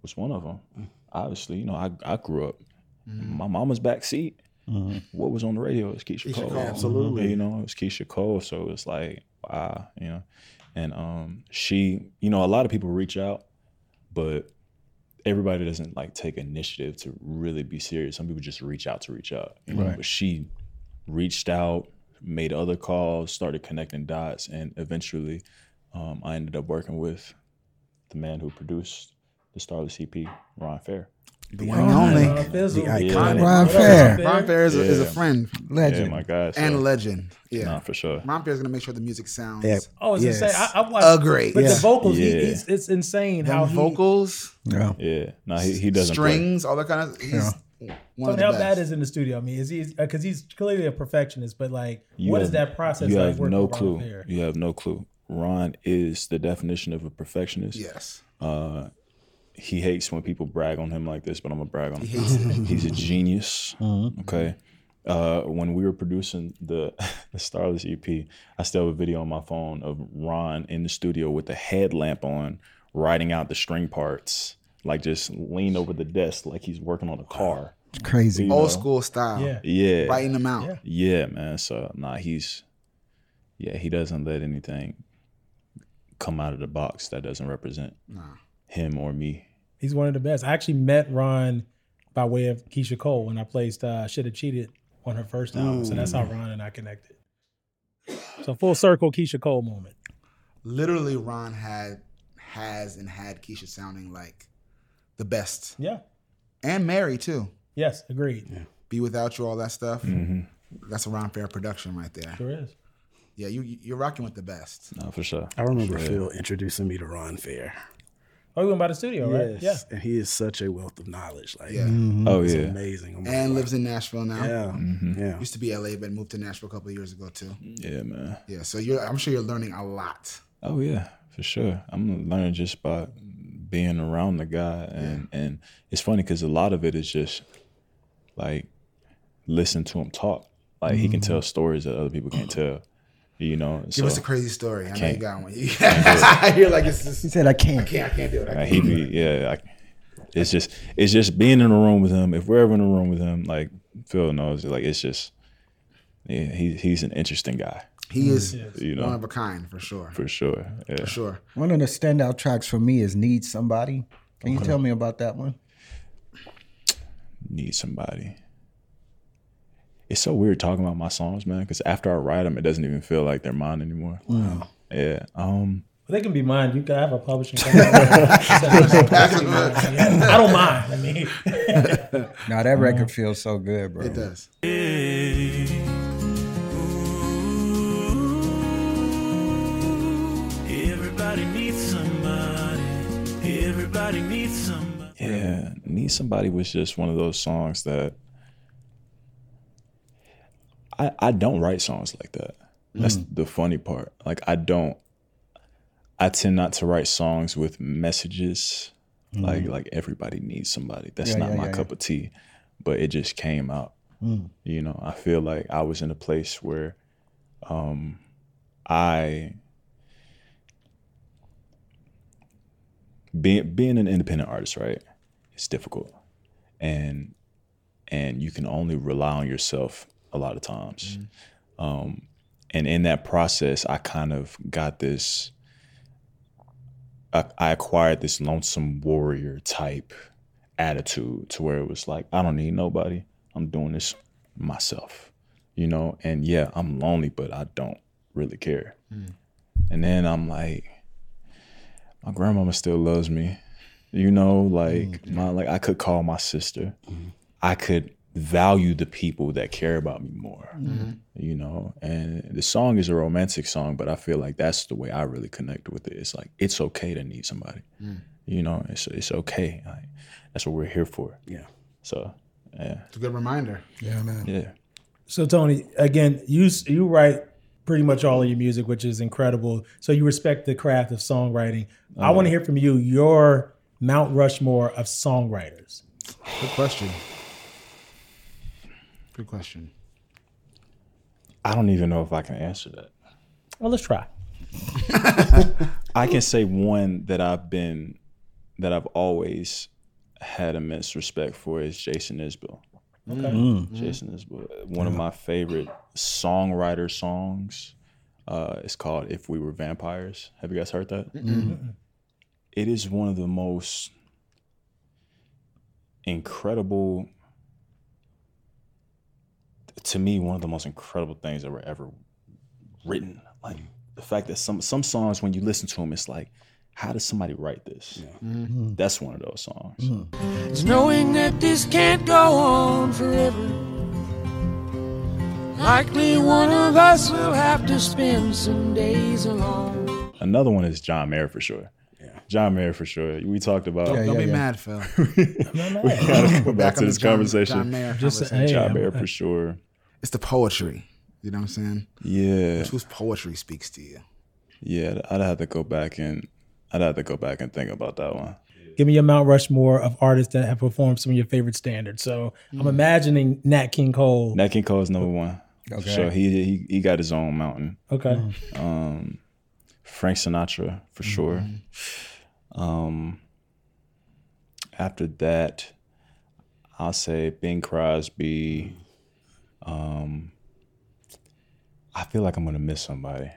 Speaker 1: was one of them.
Speaker 2: Mm.
Speaker 1: Obviously, you know, I, I grew up. My mama's backseat.
Speaker 4: Mm-hmm.
Speaker 1: What was on the radio is Keisha, Cole. Absolutely, you know, it was Keisha Cole. So it was like, wow, you know, and um, she, you know, a lot of people reach out, but everybody doesn't like take initiative to really be serious. Some people just reach out to reach out. You know? But she reached out, made other calls, started connecting dots, and eventually um, I ended up working with the man who produced the Starless CP, Ron Fair.
Speaker 2: the one and only.
Speaker 3: Ron Uh, Fizzle.
Speaker 5: The iconic.
Speaker 3: Ron
Speaker 4: Ron
Speaker 3: Fair.
Speaker 4: Fair.
Speaker 2: Ron Fair is, a, is a
Speaker 1: Yeah.
Speaker 2: friend
Speaker 1: Yeah,
Speaker 4: Legend.
Speaker 1: my guy. So,
Speaker 2: and a legend. Yeah.
Speaker 1: nah, for sure.
Speaker 2: Ron Fair is gonna make sure the music sounds.
Speaker 5: Yeah.
Speaker 3: Oh, it's
Speaker 5: Yes.
Speaker 3: insane. I, I watched,
Speaker 2: Agree.
Speaker 3: But
Speaker 5: Yeah.
Speaker 3: the vocals, he,
Speaker 1: Yeah.
Speaker 3: he's, it's insane
Speaker 2: Them
Speaker 3: how he,
Speaker 2: vocals,
Speaker 4: yeah.
Speaker 1: Yeah, no, he, he doesn't play.
Speaker 2: strings, all that kind of. He's one
Speaker 3: So
Speaker 2: of
Speaker 3: how
Speaker 2: the
Speaker 3: bad
Speaker 2: best.
Speaker 3: is in the studio? I mean, is he because he's clearly a perfectionist, but like,
Speaker 1: You
Speaker 3: what is
Speaker 1: have-
Speaker 3: that process
Speaker 1: You
Speaker 3: like?
Speaker 1: have
Speaker 3: working
Speaker 1: no
Speaker 3: with Ron
Speaker 1: clue.
Speaker 3: Fair?
Speaker 1: You have no clue. Ron is the definition of a perfectionist. Uh,
Speaker 2: yes.
Speaker 1: he hates when people brag on him like this, but I'm gonna brag on him. He's a genius.
Speaker 4: Mm-hmm.
Speaker 1: Okay. Uh, when we were producing the, the Starless EP, I still have a video on my phone of Ron in the studio with the headlamp on, writing out the string parts, like just lean over the desk like he's working on a car.
Speaker 4: It's crazy.
Speaker 1: You know?
Speaker 2: Old school style.
Speaker 3: Yeah.
Speaker 1: Yeah.
Speaker 2: Writing them out.
Speaker 3: Yeah.
Speaker 1: Yeah, man. So nah, he's yeah, he doesn't let anything come out of the box that doesn't represent him or me.
Speaker 3: He's one of the best. I actually met Ron by way of Keisha Cole when I placed uh, "Should Have Cheated" on her first album, so that's how Ron and I connected. So full circle, Keisha Cole moment.
Speaker 2: Literally, Ron had has and had Keisha sounding like the best,
Speaker 3: Yeah.
Speaker 2: and Mary too.
Speaker 3: Yes. Agreed.
Speaker 2: Be without you, all that stuff.
Speaker 1: Mm-hmm.
Speaker 2: That's a Ron Fair production right there.
Speaker 3: Sure is.
Speaker 2: Yeah, you you're rocking with the best.
Speaker 1: No, for sure.
Speaker 5: I remember Phil introducing me to Ron Fair.
Speaker 3: Oh, we went by the studio, right? Yeah.
Speaker 5: and he is such a wealth of knowledge. Like,
Speaker 2: Yeah.
Speaker 1: Oh
Speaker 5: it's
Speaker 1: yeah.
Speaker 5: amazing. I'm
Speaker 2: And
Speaker 5: like,
Speaker 2: lives in Nashville now.
Speaker 5: yeah, yeah.
Speaker 2: Used to be LA, but moved to Nashville a couple of years ago too.
Speaker 1: Yeah, man.
Speaker 2: Yeah, so you're I'm sure you're learning a lot.
Speaker 1: Oh yeah, for sure. I'm learning just by being around the guy, and and it's funny because a lot of it is just like listen to him talk. Like he can tell stories that other people can't tell. You know,
Speaker 2: Mm-hmm. Give
Speaker 1: so
Speaker 2: us a crazy story. I know you
Speaker 1: can't-
Speaker 2: got one. you're like it's just
Speaker 4: He said, I can't.
Speaker 2: yeah, I can't do it. I
Speaker 1: like,
Speaker 2: can't.
Speaker 1: he be yeah. Like, it's just it's just being in a room with him. If we're ever in a room with him, like Phil knows, like it's just yeah, he he's an interesting guy.
Speaker 2: He is
Speaker 1: You
Speaker 2: one
Speaker 1: know,
Speaker 2: of a kind for sure. For
Speaker 1: for sure. Yeah.
Speaker 2: sure.
Speaker 4: One of the standout tracks for me is Need Somebody. Can you tell me about that one?
Speaker 1: need somebody. It's so weird talking about my songs, man, because after I write them, it doesn't even feel like they're mine anymore. Wow. Yeah. Um.
Speaker 3: They can be mine. You can have a publishing company. I don't mind. I mean,
Speaker 4: Now that record feels so good, bro.
Speaker 2: Uh-huh. It does.
Speaker 7: Everybody needs somebody. Everybody needs somebody.
Speaker 1: Yeah, Need Somebody was just one of those songs that I I don't write songs like that. That's
Speaker 4: Mm.
Speaker 1: the funny part. Like I don't I tend not to write songs with messages like like everybody needs somebody. That's
Speaker 4: Mm. Yeah,
Speaker 1: not
Speaker 4: yeah,
Speaker 1: my
Speaker 4: yeah, Mm.
Speaker 1: cup of tea, but it just came out. You know, I feel like I was in a place where um I being being an independent artist, right? It's difficult. And and you can only rely on yourself a lot of times. Um and in that process, I kind of got this I, I acquired this lonesome warrior type attitude to where it was like, I don't need nobody. I'm doing this myself. You know, and yeah, I'm lonely, but I don't really care. And then I'm like, my grandmama still loves me. You know, like my like I could call my sister. I could value the people that care about me more. You know, and the song is a romantic song, but I feel like that's the way I really connect with it. It's like it's okay to need somebody. You know, it's it's okay. Like, that's what we're here for.
Speaker 5: Yeah.
Speaker 1: So yeah,
Speaker 2: It's a good reminder.
Speaker 4: Yeah, man.
Speaker 1: yeah.
Speaker 3: so Tony, again, you s- you write pretty much all of your music, which is incredible. So you respect the craft of songwriting. I want to hear from you your Mount Rushmore of songwriters.
Speaker 2: Good question. Good question.
Speaker 1: I don't even know if I can answer that.
Speaker 3: Well, let's try.
Speaker 1: I can say one that I've been that I've always had immense respect for is Jason Isbell.
Speaker 3: Okay.
Speaker 1: Jason Isbell, one of my favorite songwriter songs. Uh, it's called "If We Were Vampires." Have you guys heard that? It is one of the most incredible, to me, one of the most incredible things that were ever written. Like the fact that some some songs, when you listen to them, it's like, how does somebody write this? That's one of those songs.
Speaker 7: It's knowing that this can't go on forever. Likely one of us will have to spend some days alone.
Speaker 1: Another one is John Mayer for sure. John Mayer for sure. We talked about.
Speaker 4: Yeah,
Speaker 2: Don't
Speaker 4: yeah,
Speaker 2: be
Speaker 4: yeah.
Speaker 2: mad, Phil.
Speaker 1: we gotta go back
Speaker 2: on
Speaker 1: to this
Speaker 2: the John-
Speaker 1: conversation.
Speaker 2: John Mayer
Speaker 3: Just
Speaker 2: conversation.
Speaker 3: hey,
Speaker 1: John
Speaker 3: I'm-
Speaker 1: Mayer for sure.
Speaker 2: It's the poetry. You know what I'm saying?
Speaker 1: Yeah,
Speaker 2: It's whose poetry speaks to you.
Speaker 1: yeah. I'd have to go back and I'd have to go back and think about that one.
Speaker 3: Give me your Mount Rushmore Mm. of artists that have performed some of your favorite standards. So I'm imagining Nat King Cole.
Speaker 1: Nat King Cole is number one.
Speaker 4: Okay.
Speaker 1: So he he he got his own mountain.
Speaker 3: Okay.
Speaker 1: Frank Sinatra for sure. Um, after that, I'll say Bing Crosby. Um, I feel like I'm gonna miss somebody.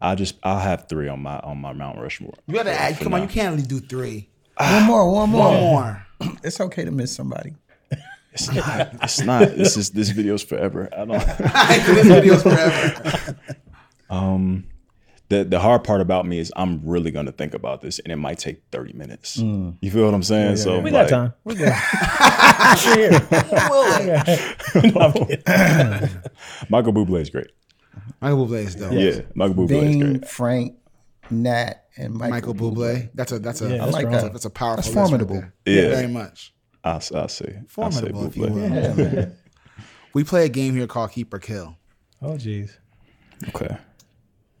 Speaker 1: I'll just I'll have three on my on my Mount Rushmore.
Speaker 2: You gotta add. Come on, you can't only do three.
Speaker 4: One more, one more.
Speaker 2: One more.
Speaker 4: It's okay to miss somebody.
Speaker 1: It's not. It's not. This is this video's forever. I don't.
Speaker 2: this video's forever.
Speaker 1: The the hard part about me is I'm really gonna think about this, and it might take 30 minutes. You feel what I'm saying? so
Speaker 3: we
Speaker 1: like,
Speaker 3: got time. We're good.
Speaker 1: Michael Bublé is great.
Speaker 2: Michael Bublé is dope.
Speaker 1: Yeah, Michael Bublé is
Speaker 4: Bing,
Speaker 1: great.
Speaker 4: Frank, Nat, and Michael.
Speaker 2: Michael Bublé. That's a that's a
Speaker 3: Yeah, I
Speaker 2: that's
Speaker 4: like
Speaker 2: a-
Speaker 4: that.
Speaker 2: That's a powerful.
Speaker 4: That's
Speaker 2: list right
Speaker 4: formidable.
Speaker 2: there.
Speaker 1: Yeah.
Speaker 2: very much
Speaker 1: I'll, s- I'll say. I'll say
Speaker 2: formidable. If you will.
Speaker 1: Bublé.
Speaker 2: We play a game here called Keep or Kill.
Speaker 3: Oh, jeez.
Speaker 1: Okay.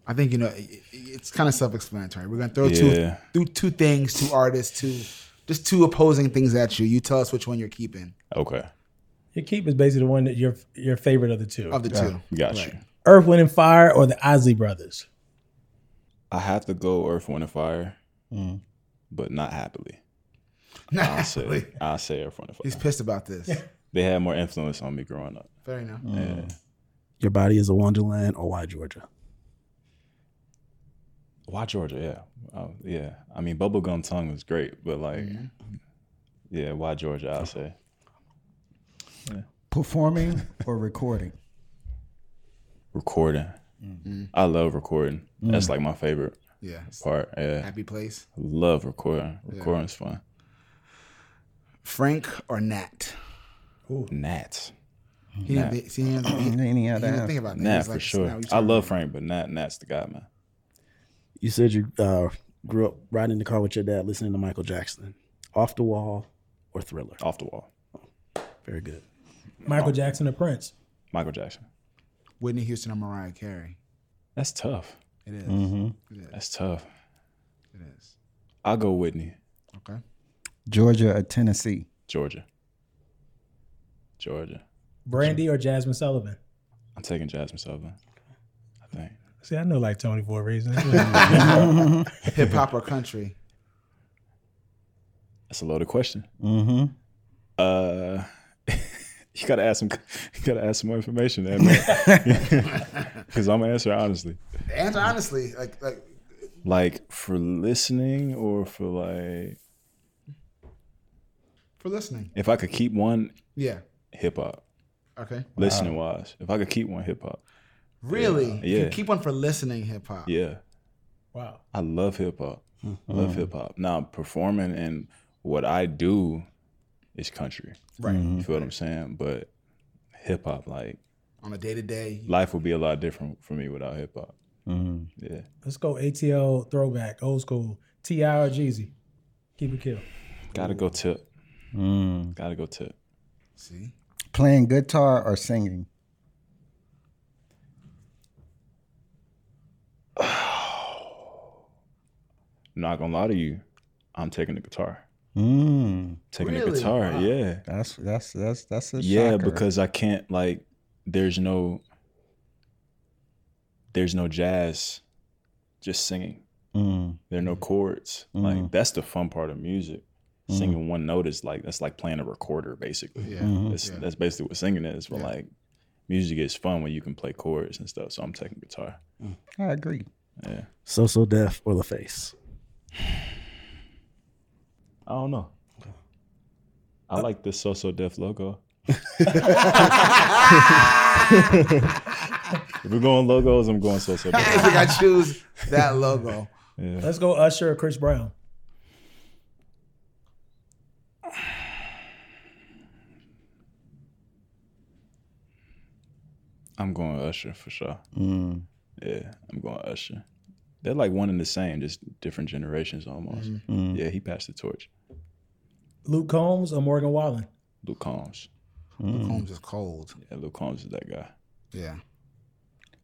Speaker 2: I think you know i- i- it's kind of self-explanatory. We're gonna throw
Speaker 1: Yeah.
Speaker 2: two, th- two things, two artists, two just two opposing things at you. You tell us which one you're keeping
Speaker 1: Okay.
Speaker 3: Your keep is basically the one that your your favorite of the two.
Speaker 2: of the two.
Speaker 1: Got you.
Speaker 3: Earth, Wind, and Fire or the Osley Brothers?
Speaker 1: I have to go Earth, Wind, and Fire,
Speaker 2: Mm.
Speaker 1: but not happily. I'll say. I'll say Earth, Wind, and Fire.
Speaker 2: He's pissed about this.
Speaker 1: They had more influence on me growing up.
Speaker 2: Fair enough.
Speaker 5: Your body is a wonderland, or why Georgia?
Speaker 1: Why Georgia? Yeah, oh, yeah. I mean, bubblegum tongue was great, but like,
Speaker 2: Mm-hmm.
Speaker 1: yeah, why Georgia? I say
Speaker 4: Performing or recording?
Speaker 2: Mm-hmm. Mm.
Speaker 1: recording. I love recording. That's like my favorite.
Speaker 2: Yeah.
Speaker 1: part. Yeah,
Speaker 2: Happy place.
Speaker 1: love recording. Recording's fun.
Speaker 2: Frank or Nat?
Speaker 1: Nats,
Speaker 2: He didn't, thi- see, he didn't, he
Speaker 4: Ain't
Speaker 2: didn't
Speaker 4: any other
Speaker 2: think about that. He
Speaker 1: Nat
Speaker 2: was
Speaker 1: for
Speaker 2: like, "Now
Speaker 1: sure.
Speaker 2: you
Speaker 1: I
Speaker 2: talking
Speaker 1: love Frank, but Nat Nat's the guy, man.
Speaker 5: You said you uh, grew up riding in the car with your dad, listening to Michael Jackson. Off the wall or Thriller?
Speaker 1: Off the wall.
Speaker 5: Very good.
Speaker 3: Michael Jackson or Prince?
Speaker 1: Michael Jackson.
Speaker 2: Whitney Houston or Mariah Carey.
Speaker 1: That's tough.
Speaker 2: It is.
Speaker 1: Mm-hmm. That's tough.
Speaker 2: It is.
Speaker 1: I'll go Whitney,
Speaker 2: Okay.
Speaker 4: Georgia or Tennessee?
Speaker 1: Georgia. Georgia.
Speaker 3: Brandy or Jasmine Sullivan?
Speaker 1: I'm taking Jasmine Sullivan. I think.
Speaker 3: See, I know like Tony for a reason.
Speaker 2: Hip hop or country?
Speaker 1: That's a loaded question.
Speaker 4: Mm-hmm.
Speaker 1: Uh you gotta ask some you gotta ask some more information there, man. Cause I'm gonna answer honestly.
Speaker 2: And honestly, like, like
Speaker 1: Like for listening or for like
Speaker 2: for listening.
Speaker 1: if I could keep one
Speaker 2: Yeah.
Speaker 1: hip hop.
Speaker 2: Okay.
Speaker 1: Listening wise. If I could keep one hip hop.
Speaker 2: Really?
Speaker 1: Yeah.
Speaker 2: You keep one for listening hip hop.
Speaker 1: Yeah.
Speaker 3: wow.
Speaker 1: I love hip hop. I love hip hop. Now performing and what I do is country.
Speaker 2: Right.
Speaker 1: You feel what I'm saying? But hip hop, like
Speaker 2: On a day to day.
Speaker 1: life would be a lot different for me without hip hop. Yeah.
Speaker 3: Let's go ATL throwback, old school. Ti or Jeezy? Keep it kill.
Speaker 1: Gotta go tip. Gotta go tip.
Speaker 2: See?
Speaker 4: Playing guitar or singing?
Speaker 1: Not gonna lie to you, I'm taking the guitar.
Speaker 4: Mm.
Speaker 1: Taking the
Speaker 2: Really?
Speaker 1: guitar, yeah.
Speaker 4: That's that's that's that's a
Speaker 1: Yeah,
Speaker 4: shocker.
Speaker 1: because I can't like there's no there's no jazz just singing.
Speaker 4: Mm.
Speaker 1: There are no chords. Like that's the fun part of music. Singing one note is like that's like playing a recorder basically.
Speaker 2: Yeah.
Speaker 1: That's that's basically what singing is. But like music is fun when you can play chords and stuff. So I'm taking guitar.
Speaker 4: I agree.
Speaker 5: So So Def or LaFace?
Speaker 1: I don't know. I like this so so deaf logo. if we're going logos, I'm going so so
Speaker 2: I
Speaker 1: deaf.
Speaker 2: think I choose that logo.
Speaker 3: Let's go Usher or Chris Brown.
Speaker 1: I'm going Usher for sure. Mm. Yeah, I'm going Usher. They're like one and the same, just different generations almost.
Speaker 2: Mm-hmm.
Speaker 1: Yeah, he passed the torch.
Speaker 3: Luke Combs or Morgan Wallen?
Speaker 1: Luke Combs.
Speaker 5: Mm.
Speaker 2: Luke Combs is cold.
Speaker 1: Yeah, Luke Combs is that guy.
Speaker 2: Yeah.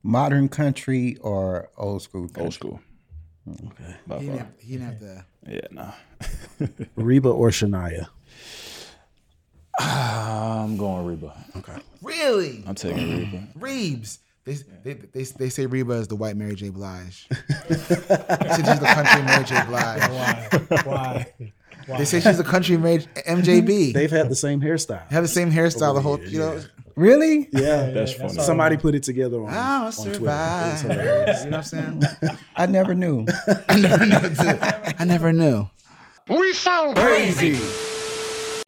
Speaker 4: Modern country or old school country?
Speaker 1: Old school. Okay. By
Speaker 2: He didn't, have,
Speaker 1: far.
Speaker 2: he didn't have to.
Speaker 1: Yeah, nah.
Speaker 5: Reba or Shania?
Speaker 1: I'm going Reba.
Speaker 2: Really?
Speaker 1: I'm taking Reba.
Speaker 2: Reeves. They, they, they, they say Reba is the white Mary J. Blige. She- she's the country Mary J. Blige.
Speaker 3: Why? Why?
Speaker 2: They say she's the country Mary MJB. They
Speaker 5: They've had the same hairstyle.
Speaker 2: have the same hairstyle
Speaker 5: Oh,
Speaker 2: the whole, you know.
Speaker 4: Really?
Speaker 5: Yeah,
Speaker 1: That's funny.
Speaker 5: somebody put it together on,
Speaker 2: I'll
Speaker 5: on Twitter. It
Speaker 2: survive.
Speaker 5: was
Speaker 2: You know
Speaker 5: hilarious.
Speaker 2: what I'm saying?
Speaker 4: I never knew.
Speaker 2: I never knew. dude. I never knew.
Speaker 6: We sound crazy.
Speaker 8: who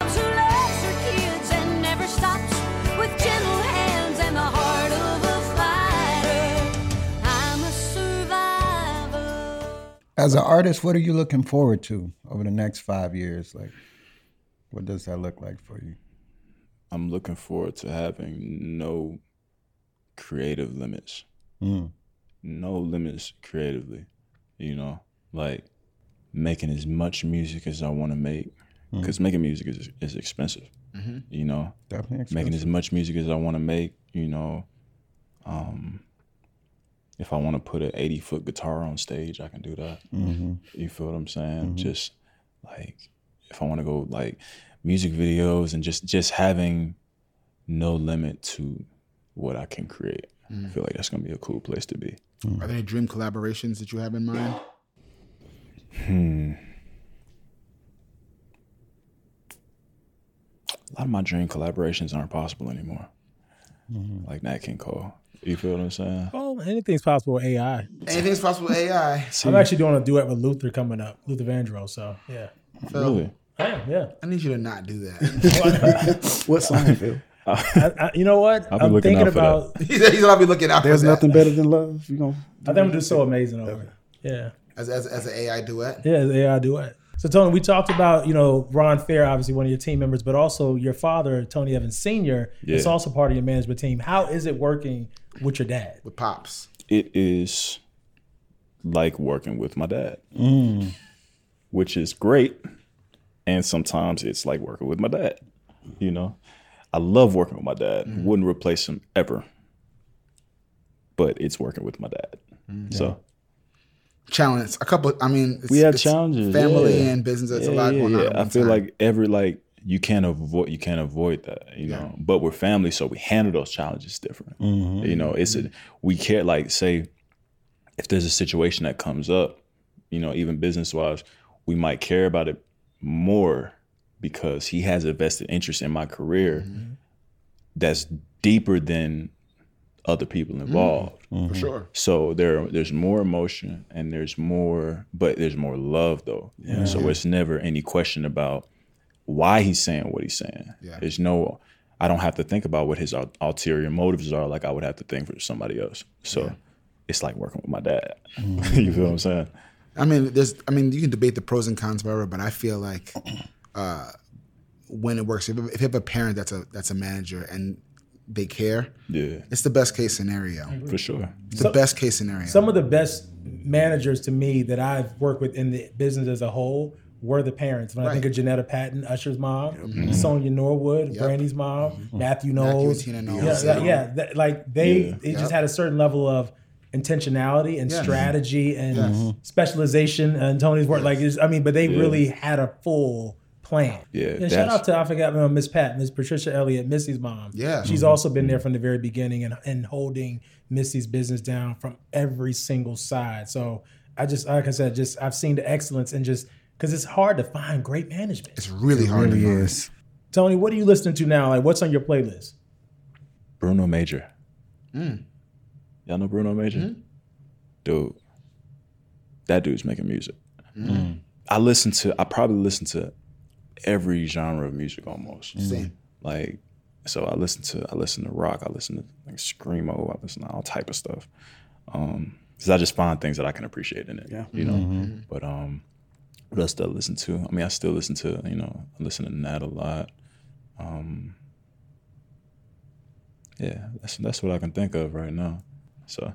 Speaker 8: loves her kids and never stops with gentle hands and the heart of a fighter. I'm a survivor.
Speaker 4: As an artist, what are you looking forward to over the next five years? Like, what does that look like for you?
Speaker 1: I'm looking forward to having no creative limits. Hmm. No limits creatively, you know, like making as much music as I want to make because making music is, is expensive, you know,
Speaker 4: Definitely. expensive.
Speaker 1: making as much music as I want to make, you know. Um, if I want to put an 80 foot guitar on stage, I can do that. You feel what I'm saying? Just like if I want to go like music videos and just just having no limit to what I can create. I feel like that's gonna be a cool place to be.
Speaker 5: Mm.
Speaker 2: Are there any dream collaborations that you have in mind?
Speaker 1: A lot of my dream collaborations aren't possible anymore. Like Nat King Cole. You feel what I'm saying?
Speaker 3: Oh, anything's possible with AI.
Speaker 2: Anything's possible with AI.
Speaker 3: I'm actually doing a duet with Luther coming up, Luther Vandross. So yeah,
Speaker 1: Really?
Speaker 3: I am. Yeah.
Speaker 2: I need you to not do that.
Speaker 5: What song, Phil?
Speaker 3: I, I, you know what?
Speaker 1: I've been
Speaker 3: I'm
Speaker 1: looking
Speaker 3: thinking
Speaker 1: out for that.
Speaker 3: about.
Speaker 2: He's, he's gonna be looking out
Speaker 5: There's
Speaker 2: for that.
Speaker 5: nothing better than love. You know,
Speaker 3: I think I'm gonna do so amazing over. it. Yeah.
Speaker 2: as as as an AI duet.
Speaker 3: Yeah, they are do it. So Tony, we talked about you know Ron Fair, obviously one of your team members, but also your father, Tony Evans Senior, is
Speaker 1: Yeah.
Speaker 3: also part of your management team. How is it working with your dad?
Speaker 2: with pops.
Speaker 1: It is like working with my dad, which is great. And sometimes it's like working with my dad. You know, I love working with my dad. Wouldn't replace him ever. But it's working with my dad. So
Speaker 2: Challenge a couple. I mean, it's,
Speaker 1: we have
Speaker 2: it's
Speaker 1: challenges.
Speaker 2: Family
Speaker 1: yeah.
Speaker 2: and business. It's a
Speaker 1: Yeah,
Speaker 2: lot
Speaker 1: yeah,
Speaker 2: going on.
Speaker 1: yeah.
Speaker 2: at
Speaker 1: I
Speaker 2: one
Speaker 1: feel
Speaker 2: time.
Speaker 1: like every like you can't avoid you can't avoid that, you know. But we're family, so we handle those challenges different. You know, it's a, we care like say if there's a situation that comes up, you know, even business wise, we might care about it more because he has a vested interest in my career
Speaker 2: Mm-hmm.
Speaker 1: that's deeper than other people involved.
Speaker 2: for sure.
Speaker 1: So there, there's more emotion and there's more, but there's more love though. So it's never any question about why he's saying what he's saying.
Speaker 2: Yeah.
Speaker 1: There's no, I don't have to think about what his ul- ulterior motives are like I would have to think for somebody else. So it's like working with my dad. you feel what I'm saying?
Speaker 2: I mean, there's. I mean, you can debate the pros and cons, whatever. But I feel like uh, when it works, if, if you have a parent that's a that's a manager and they care,
Speaker 1: Yeah,
Speaker 2: it's the best case scenario.
Speaker 1: for sure.
Speaker 2: It's the best case scenario.
Speaker 3: Some of the best managers to me that I've worked with in the business as a whole were the parents. When I think
Speaker 2: Right.
Speaker 3: of Janetta Patton, Usher's mom,
Speaker 1: Mm-hmm.
Speaker 3: Sonia Norwood, Brandy's mom, Matthew Knowles.
Speaker 2: Mm-hmm. Tina
Speaker 3: Yeah,
Speaker 2: Knowles,
Speaker 3: Yeah,
Speaker 2: yeah.
Speaker 3: yeah, that- like they
Speaker 1: Yeah.
Speaker 3: they just had a certain level of intentionality and
Speaker 2: Yes.
Speaker 3: strategy and
Speaker 1: Mm-hmm.
Speaker 3: specialization and Tony's work. Like, it's, I mean, but they really had a full plan.
Speaker 1: Yeah,
Speaker 3: And shout
Speaker 1: that's-
Speaker 3: out to I forgot uh, Miss Pat, Miss Patricia Elliott, Missy's mom.
Speaker 2: Yeah.
Speaker 3: she's also been there from the very beginning and and holding Missy's business down from every single side. So I just like I said, just I've seen the excellence and just because it's hard to find great management.
Speaker 2: it's really hard to find.
Speaker 4: Yes.
Speaker 3: Tony, what are you listening to now? Like, what's on your playlist?
Speaker 1: Bruno Major. Y'all know Bruno Major? Dude, that dude's making music. I listen to, I probably listen to every genre of music almost.
Speaker 2: Same.
Speaker 1: Like, so I listen to, I listen to rock, I listen to like screamo, I listen to all type of stuff. Um, cause I just find things that I can appreciate in it. Yeah. You know, but um, what else do I listen to? I mean, I still listen to, you know, I listen to Nat a lot. Yeah, that's that's what I can think of right now. So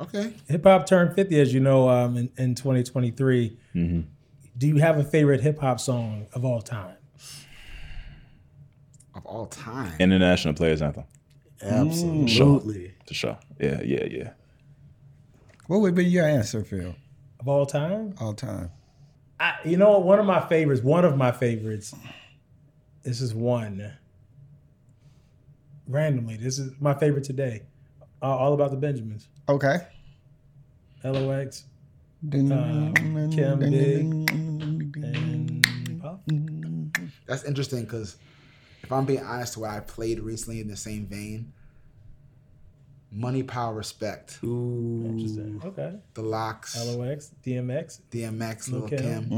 Speaker 2: Okay.
Speaker 3: Hip hop turned 50, as you know, um, in, in 2023. Do you have a favorite hip hop song of all time?
Speaker 2: Of all time.
Speaker 1: International Players Anthem.
Speaker 5: Absolutely.
Speaker 1: The show. Yeah, yeah, yeah.
Speaker 4: What would be your answer, Phil?
Speaker 3: Of all time?
Speaker 4: All time.
Speaker 3: I, you know, what? one of my favorites, one of my favorites, this is one. Randomly, this is my favorite today. Uh, all About the Benjamins.
Speaker 4: Okay.
Speaker 3: LOX
Speaker 4: Um,
Speaker 3: Uh, Kim and Puff.
Speaker 2: That's interesting because if I'm being honest to what I played recently in the same vein, Money, Power, Respect,
Speaker 3: Interesting. Okay.
Speaker 2: The Locks,
Speaker 3: LOX, DMX.
Speaker 2: DMX, Lil
Speaker 3: Lil' Kim.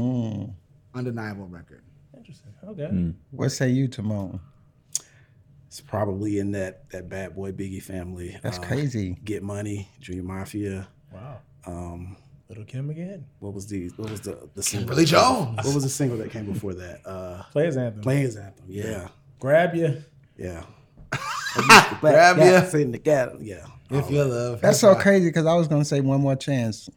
Speaker 2: Kim, undeniable record.
Speaker 3: Interesting. Okay.
Speaker 4: What say you, Timon?
Speaker 5: It's probably in that that bad boy Biggie family.
Speaker 4: That's
Speaker 5: Um,
Speaker 4: crazy.
Speaker 5: Get money, Junior Mafia.
Speaker 3: Wow. Um, Little Kim again.
Speaker 5: What was the what was the the single?
Speaker 2: Billy Jones.
Speaker 5: What was the single that came before that? Uh
Speaker 3: Players Anthem.
Speaker 5: Players Anthem. Yeah.
Speaker 3: Grab you.
Speaker 5: Yeah.
Speaker 2: Grab ya.
Speaker 5: Cats in the gat- Yeah.
Speaker 2: If you love,
Speaker 4: That's so crazy because I was gonna say one more chance.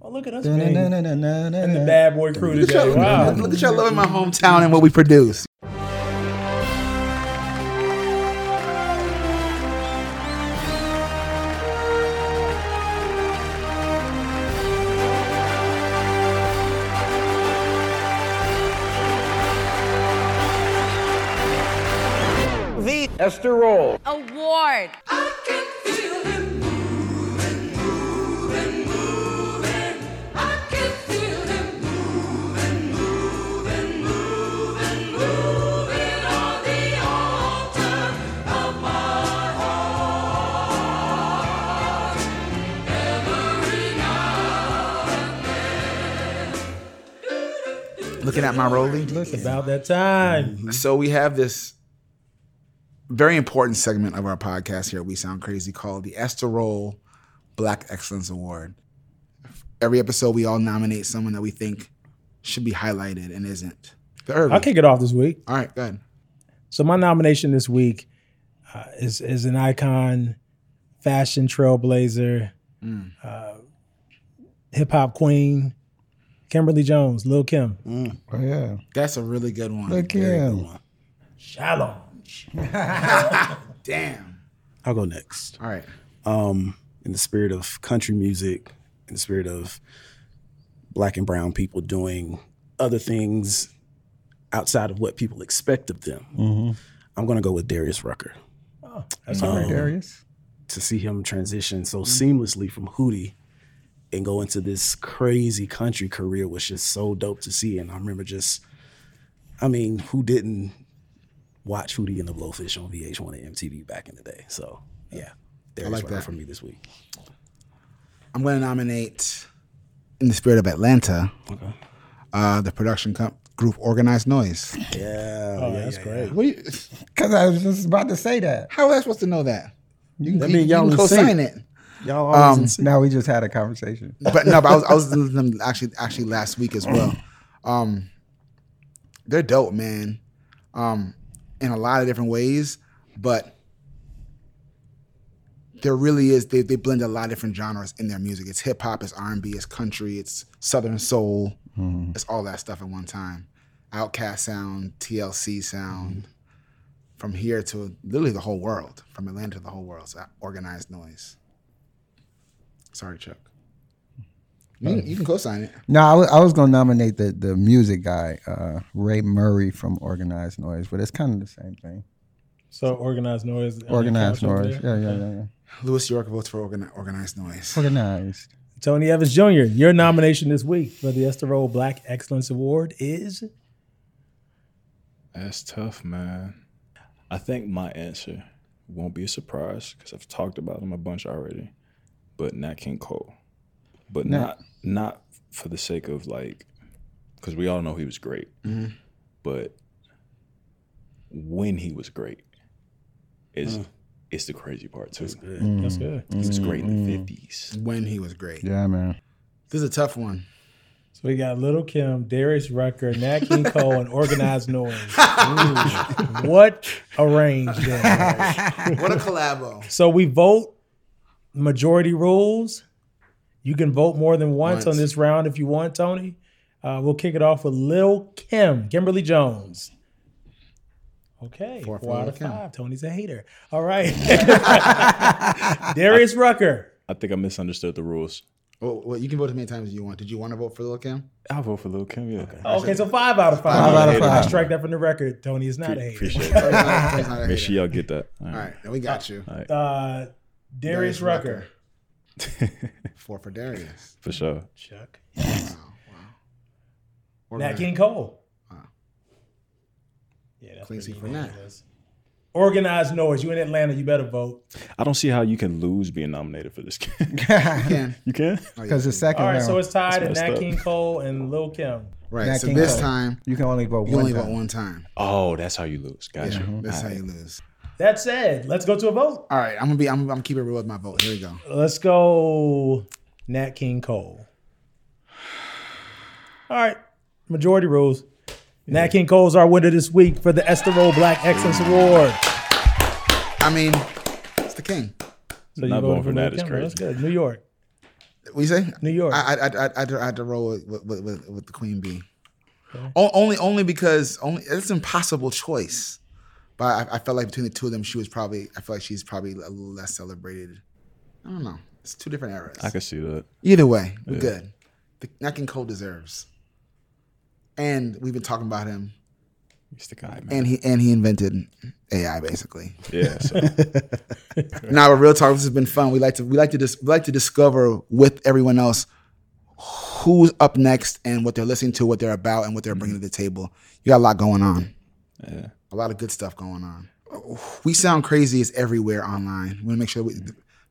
Speaker 3: Oh, look at us being in the
Speaker 4: Bad
Speaker 3: bad boy crew
Speaker 2: Look at,
Speaker 3: today.
Speaker 2: y'all,
Speaker 3: Wow.
Speaker 2: look at y'all loving my hometown and what we produce.
Speaker 8: Award.
Speaker 2: Looking at my Rolly.
Speaker 3: It's about that
Speaker 5: Mm-hmm.
Speaker 3: time.
Speaker 2: So we have this very important segment of our podcast here at We Sound Crazy called the Esther Roll Black Excellence Award. every episode we all nominate someone that we think should be highlighted and isn't. The Irving.
Speaker 3: I'll kick it off this week.
Speaker 2: All right, go ahead.
Speaker 3: So my nomination this week uh, is is an icon, fashion trailblazer,
Speaker 4: Mm.
Speaker 3: uh, hip hop queen, Kimberly Jones, Lil Kim.
Speaker 4: Oh yeah.
Speaker 2: That's a really good one.
Speaker 4: Look
Speaker 2: Very
Speaker 4: at
Speaker 2: good
Speaker 4: him.
Speaker 2: one.
Speaker 3: Shallow.
Speaker 2: Damn.
Speaker 5: I'll go next.
Speaker 2: All right.
Speaker 5: um, in the spirit of country music, in the spirit of black and brown people doing other things outside of what people expect of them. I'm going to go with Darius Rucker Um,
Speaker 3: That's all right.
Speaker 4: Darius.
Speaker 5: to see him transition so seamlessly from Hootie and go into this crazy country career was just so dope to see. And I remember just, I mean, who didn't watch Hootie and the Blowfish on VH1 and MTV back in the day? So, yeah. Darius
Speaker 2: like
Speaker 5: Rucker
Speaker 2: that.
Speaker 5: for me this week.
Speaker 2: I'm going to nominate, in the spirit of Atlanta,
Speaker 5: Okay.
Speaker 2: uh, the production comp- group Organized Noise.
Speaker 5: Yeah. yeah,
Speaker 3: That's
Speaker 5: yeah, yeah.
Speaker 3: great.
Speaker 2: What do you,
Speaker 4: Because I was just about to say that.
Speaker 2: how am I supposed to know that? You,
Speaker 5: I mean, y'all in
Speaker 2: co-sign
Speaker 5: sync.
Speaker 2: it.
Speaker 3: Oh,
Speaker 5: Y'all always in
Speaker 4: Now Um, we just had a conversation.
Speaker 2: But no, but I was, I was listening to them actually actually last week as well. Um, they're dope, man. Um, in a lot of different ways, but there really is they, they blend a lot of different genres in their music. It's hip hop, it's R and B, it's country, it's southern soul, it's all that stuff at one time. Outcast sound, TLC sound, from here to literally the whole world, from Atlanta to the whole world. It's organized noise. Sorry, Chuck. You, can- you can co-sign it.
Speaker 4: No, I was, I was gonna nominate the the music guy, uh, Ray Murray from Organized Noise, but it's kind of the same thing.
Speaker 3: So organized noise. I mean,
Speaker 4: Organized
Speaker 3: Oh, couch over
Speaker 4: Noise,
Speaker 3: there.
Speaker 4: yeah, yeah, yeah, yeah.
Speaker 2: Lewis York votes for organi- organized noise.
Speaker 4: Organized.
Speaker 3: Tony Evans Jr. Your nomination this week for the Estero Black Excellence Award is
Speaker 1: That's tough, man. I think my answer won't be a surprise because I've talked about him a bunch already, but Nat King Cole, but not not for the sake of like, because we all know he was great, but when he was great is Mm. it's Mm-hmm. the crazy part too.
Speaker 5: good.
Speaker 4: Mm.
Speaker 3: that's good.
Speaker 1: He was great in the fifties.
Speaker 2: When he was great.
Speaker 4: Yeah, man.
Speaker 2: This is a tough one.
Speaker 3: So we got Little Kim, Darius Rucker, Nat King Cole, and Organized Noise. Ooh, what a range! there.
Speaker 2: What a collabo.
Speaker 3: So we vote majority rules. You can vote more than once,
Speaker 2: Once.
Speaker 3: on this round if you want, Tony. Uh, we'll kick it off with Lil Kim, Kimberly Jones. Okay, four,
Speaker 2: for Lil'
Speaker 3: out of
Speaker 2: Kim.
Speaker 3: five. Tony's a hater. All right, Darius Rucker.
Speaker 1: I think I misunderstood the rules.
Speaker 2: Well, well, you can vote as many times as you want. Did you want to vote for Lil Kim?
Speaker 1: I'll vote for Lil Kim. Yeah,
Speaker 3: Okay, so five out of five.
Speaker 4: Five out of
Speaker 1: hater.
Speaker 3: I
Speaker 4: five.
Speaker 3: strike that from the record. Tony is not a hater.
Speaker 1: appreciate it.
Speaker 2: Tony's not a
Speaker 1: Make
Speaker 2: hater.
Speaker 1: sure y'all get that. All
Speaker 2: All
Speaker 1: right.
Speaker 2: right, then we got you.
Speaker 3: Uh, Darius,
Speaker 2: Darius
Speaker 3: Rucker.
Speaker 2: Rucker. Four for Darius.
Speaker 1: for sure.
Speaker 3: Chuck. Nat
Speaker 2: Organized-
Speaker 3: King Cole.
Speaker 2: Wow.
Speaker 3: Yeah, that's
Speaker 2: Clean
Speaker 3: pretty
Speaker 2: sweep for
Speaker 3: unanimous. Organized noise. You in Atlanta, you better vote.
Speaker 1: I don't see how you can lose being nominated for this game.
Speaker 2: Ken.
Speaker 1: you can.
Speaker 3: Oh,
Speaker 4: Because the second
Speaker 3: All right,
Speaker 4: round,
Speaker 3: so it's tied at
Speaker 1: messed
Speaker 3: Nat
Speaker 1: up.
Speaker 3: King Cole and Lil Kim.
Speaker 2: Right.
Speaker 4: Nat
Speaker 2: so
Speaker 4: King
Speaker 2: this
Speaker 4: Cole.
Speaker 2: time
Speaker 4: you can only vote
Speaker 2: you
Speaker 4: one.
Speaker 2: only
Speaker 4: time.
Speaker 2: vote one time.
Speaker 1: Oh, that's how you lose.
Speaker 2: Yeah,
Speaker 1: Gotcha.
Speaker 2: that's how you lose.
Speaker 3: That said, let's go to a vote.
Speaker 2: All right, I'm gonna be. I'm, I'm gonna keep it real with my vote. Here we go.
Speaker 3: Let's go Nat King Cole. All right, majority rules. Nat King Cole's our winner this week for the Estero Black Excellence Award.
Speaker 2: I mean, it's the king.
Speaker 3: So you
Speaker 1: Not voting
Speaker 3: voted
Speaker 1: for
Speaker 3: Lil'
Speaker 1: Nat is
Speaker 3: Kim. That's
Speaker 1: crazy.
Speaker 3: good. New York.
Speaker 2: What you say?
Speaker 3: New York.
Speaker 2: I I I, I, I, had to- I had to roll with with, with- with, with the queen bee. O- only only because only it's an impossible choice. But I, I felt like between the two of them, she was probably. I feel like she's probably a little less celebrated. I don't know. It's two different eras.
Speaker 1: I can see that.
Speaker 2: Either way, we're good. The Nat King Cole deserves. And we've been talking about him,
Speaker 1: He's the guy, man.
Speaker 2: and he and he invented AI basically.
Speaker 1: yeah. So
Speaker 2: Now, but real talk, this has been fun. We like to we like to dis, we like to discover with everyone else who's up next and what they're listening to, what they're about, and what they're bringing to the table. You got a lot going on.
Speaker 1: Yeah.
Speaker 2: a lot of good stuff going on. We sound crazy is everywhere online. We want to make sure we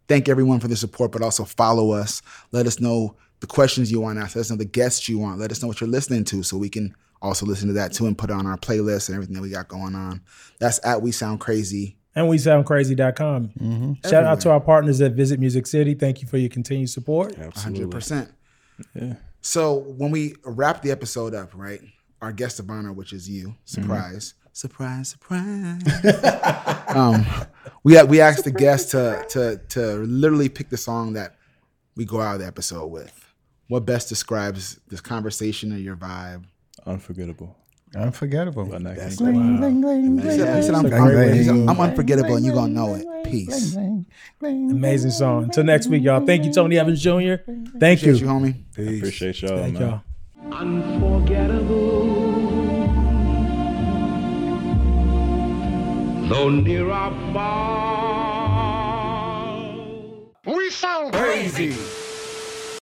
Speaker 2: thank everyone for the support, but also follow us. Let us know the questions you want to ask. Let us know the guests you want. Let us know what you're listening to, so we can also listen to that too and put it on our playlist and everything that we got going on. That's at We Sound Crazy.
Speaker 3: and we soundcrazy.com.
Speaker 1: Mm-hmm.
Speaker 3: Shout out to our partners at Visit Music City. Thank you for your continued support.
Speaker 2: hundred percent.
Speaker 1: Yeah.
Speaker 2: So when we wrap the episode up, right? Our guest of honor, which is you, surprise, surprise, surprise. um, we we asked the guest to to to literally pick the song that we go out of the episode with. What best describes this conversation or your vibe?
Speaker 1: Unforgettable.
Speaker 4: Unforgettable.
Speaker 1: by Nat King
Speaker 9: That's
Speaker 1: Cole.
Speaker 9: the-
Speaker 4: Gling, gling, gling,
Speaker 2: He said, he said, I'm,
Speaker 4: gling,
Speaker 2: I'm-
Speaker 4: gling,
Speaker 2: he said, I'm
Speaker 4: gling,
Speaker 2: unforgettable, and you're gonna
Speaker 4: gling,
Speaker 2: know
Speaker 4: gling,
Speaker 2: it. Peace.
Speaker 4: gling, gling, gling.
Speaker 3: Amazing song. Until next week, y'all. Thank you, Tony Evans Jr. Thank
Speaker 2: Appreciate you,
Speaker 3: you.
Speaker 2: homie.
Speaker 1: Appreciate y'all,
Speaker 3: Thank
Speaker 1: man.
Speaker 3: y'all.
Speaker 5: Though near or far.
Speaker 10: We sound crazy.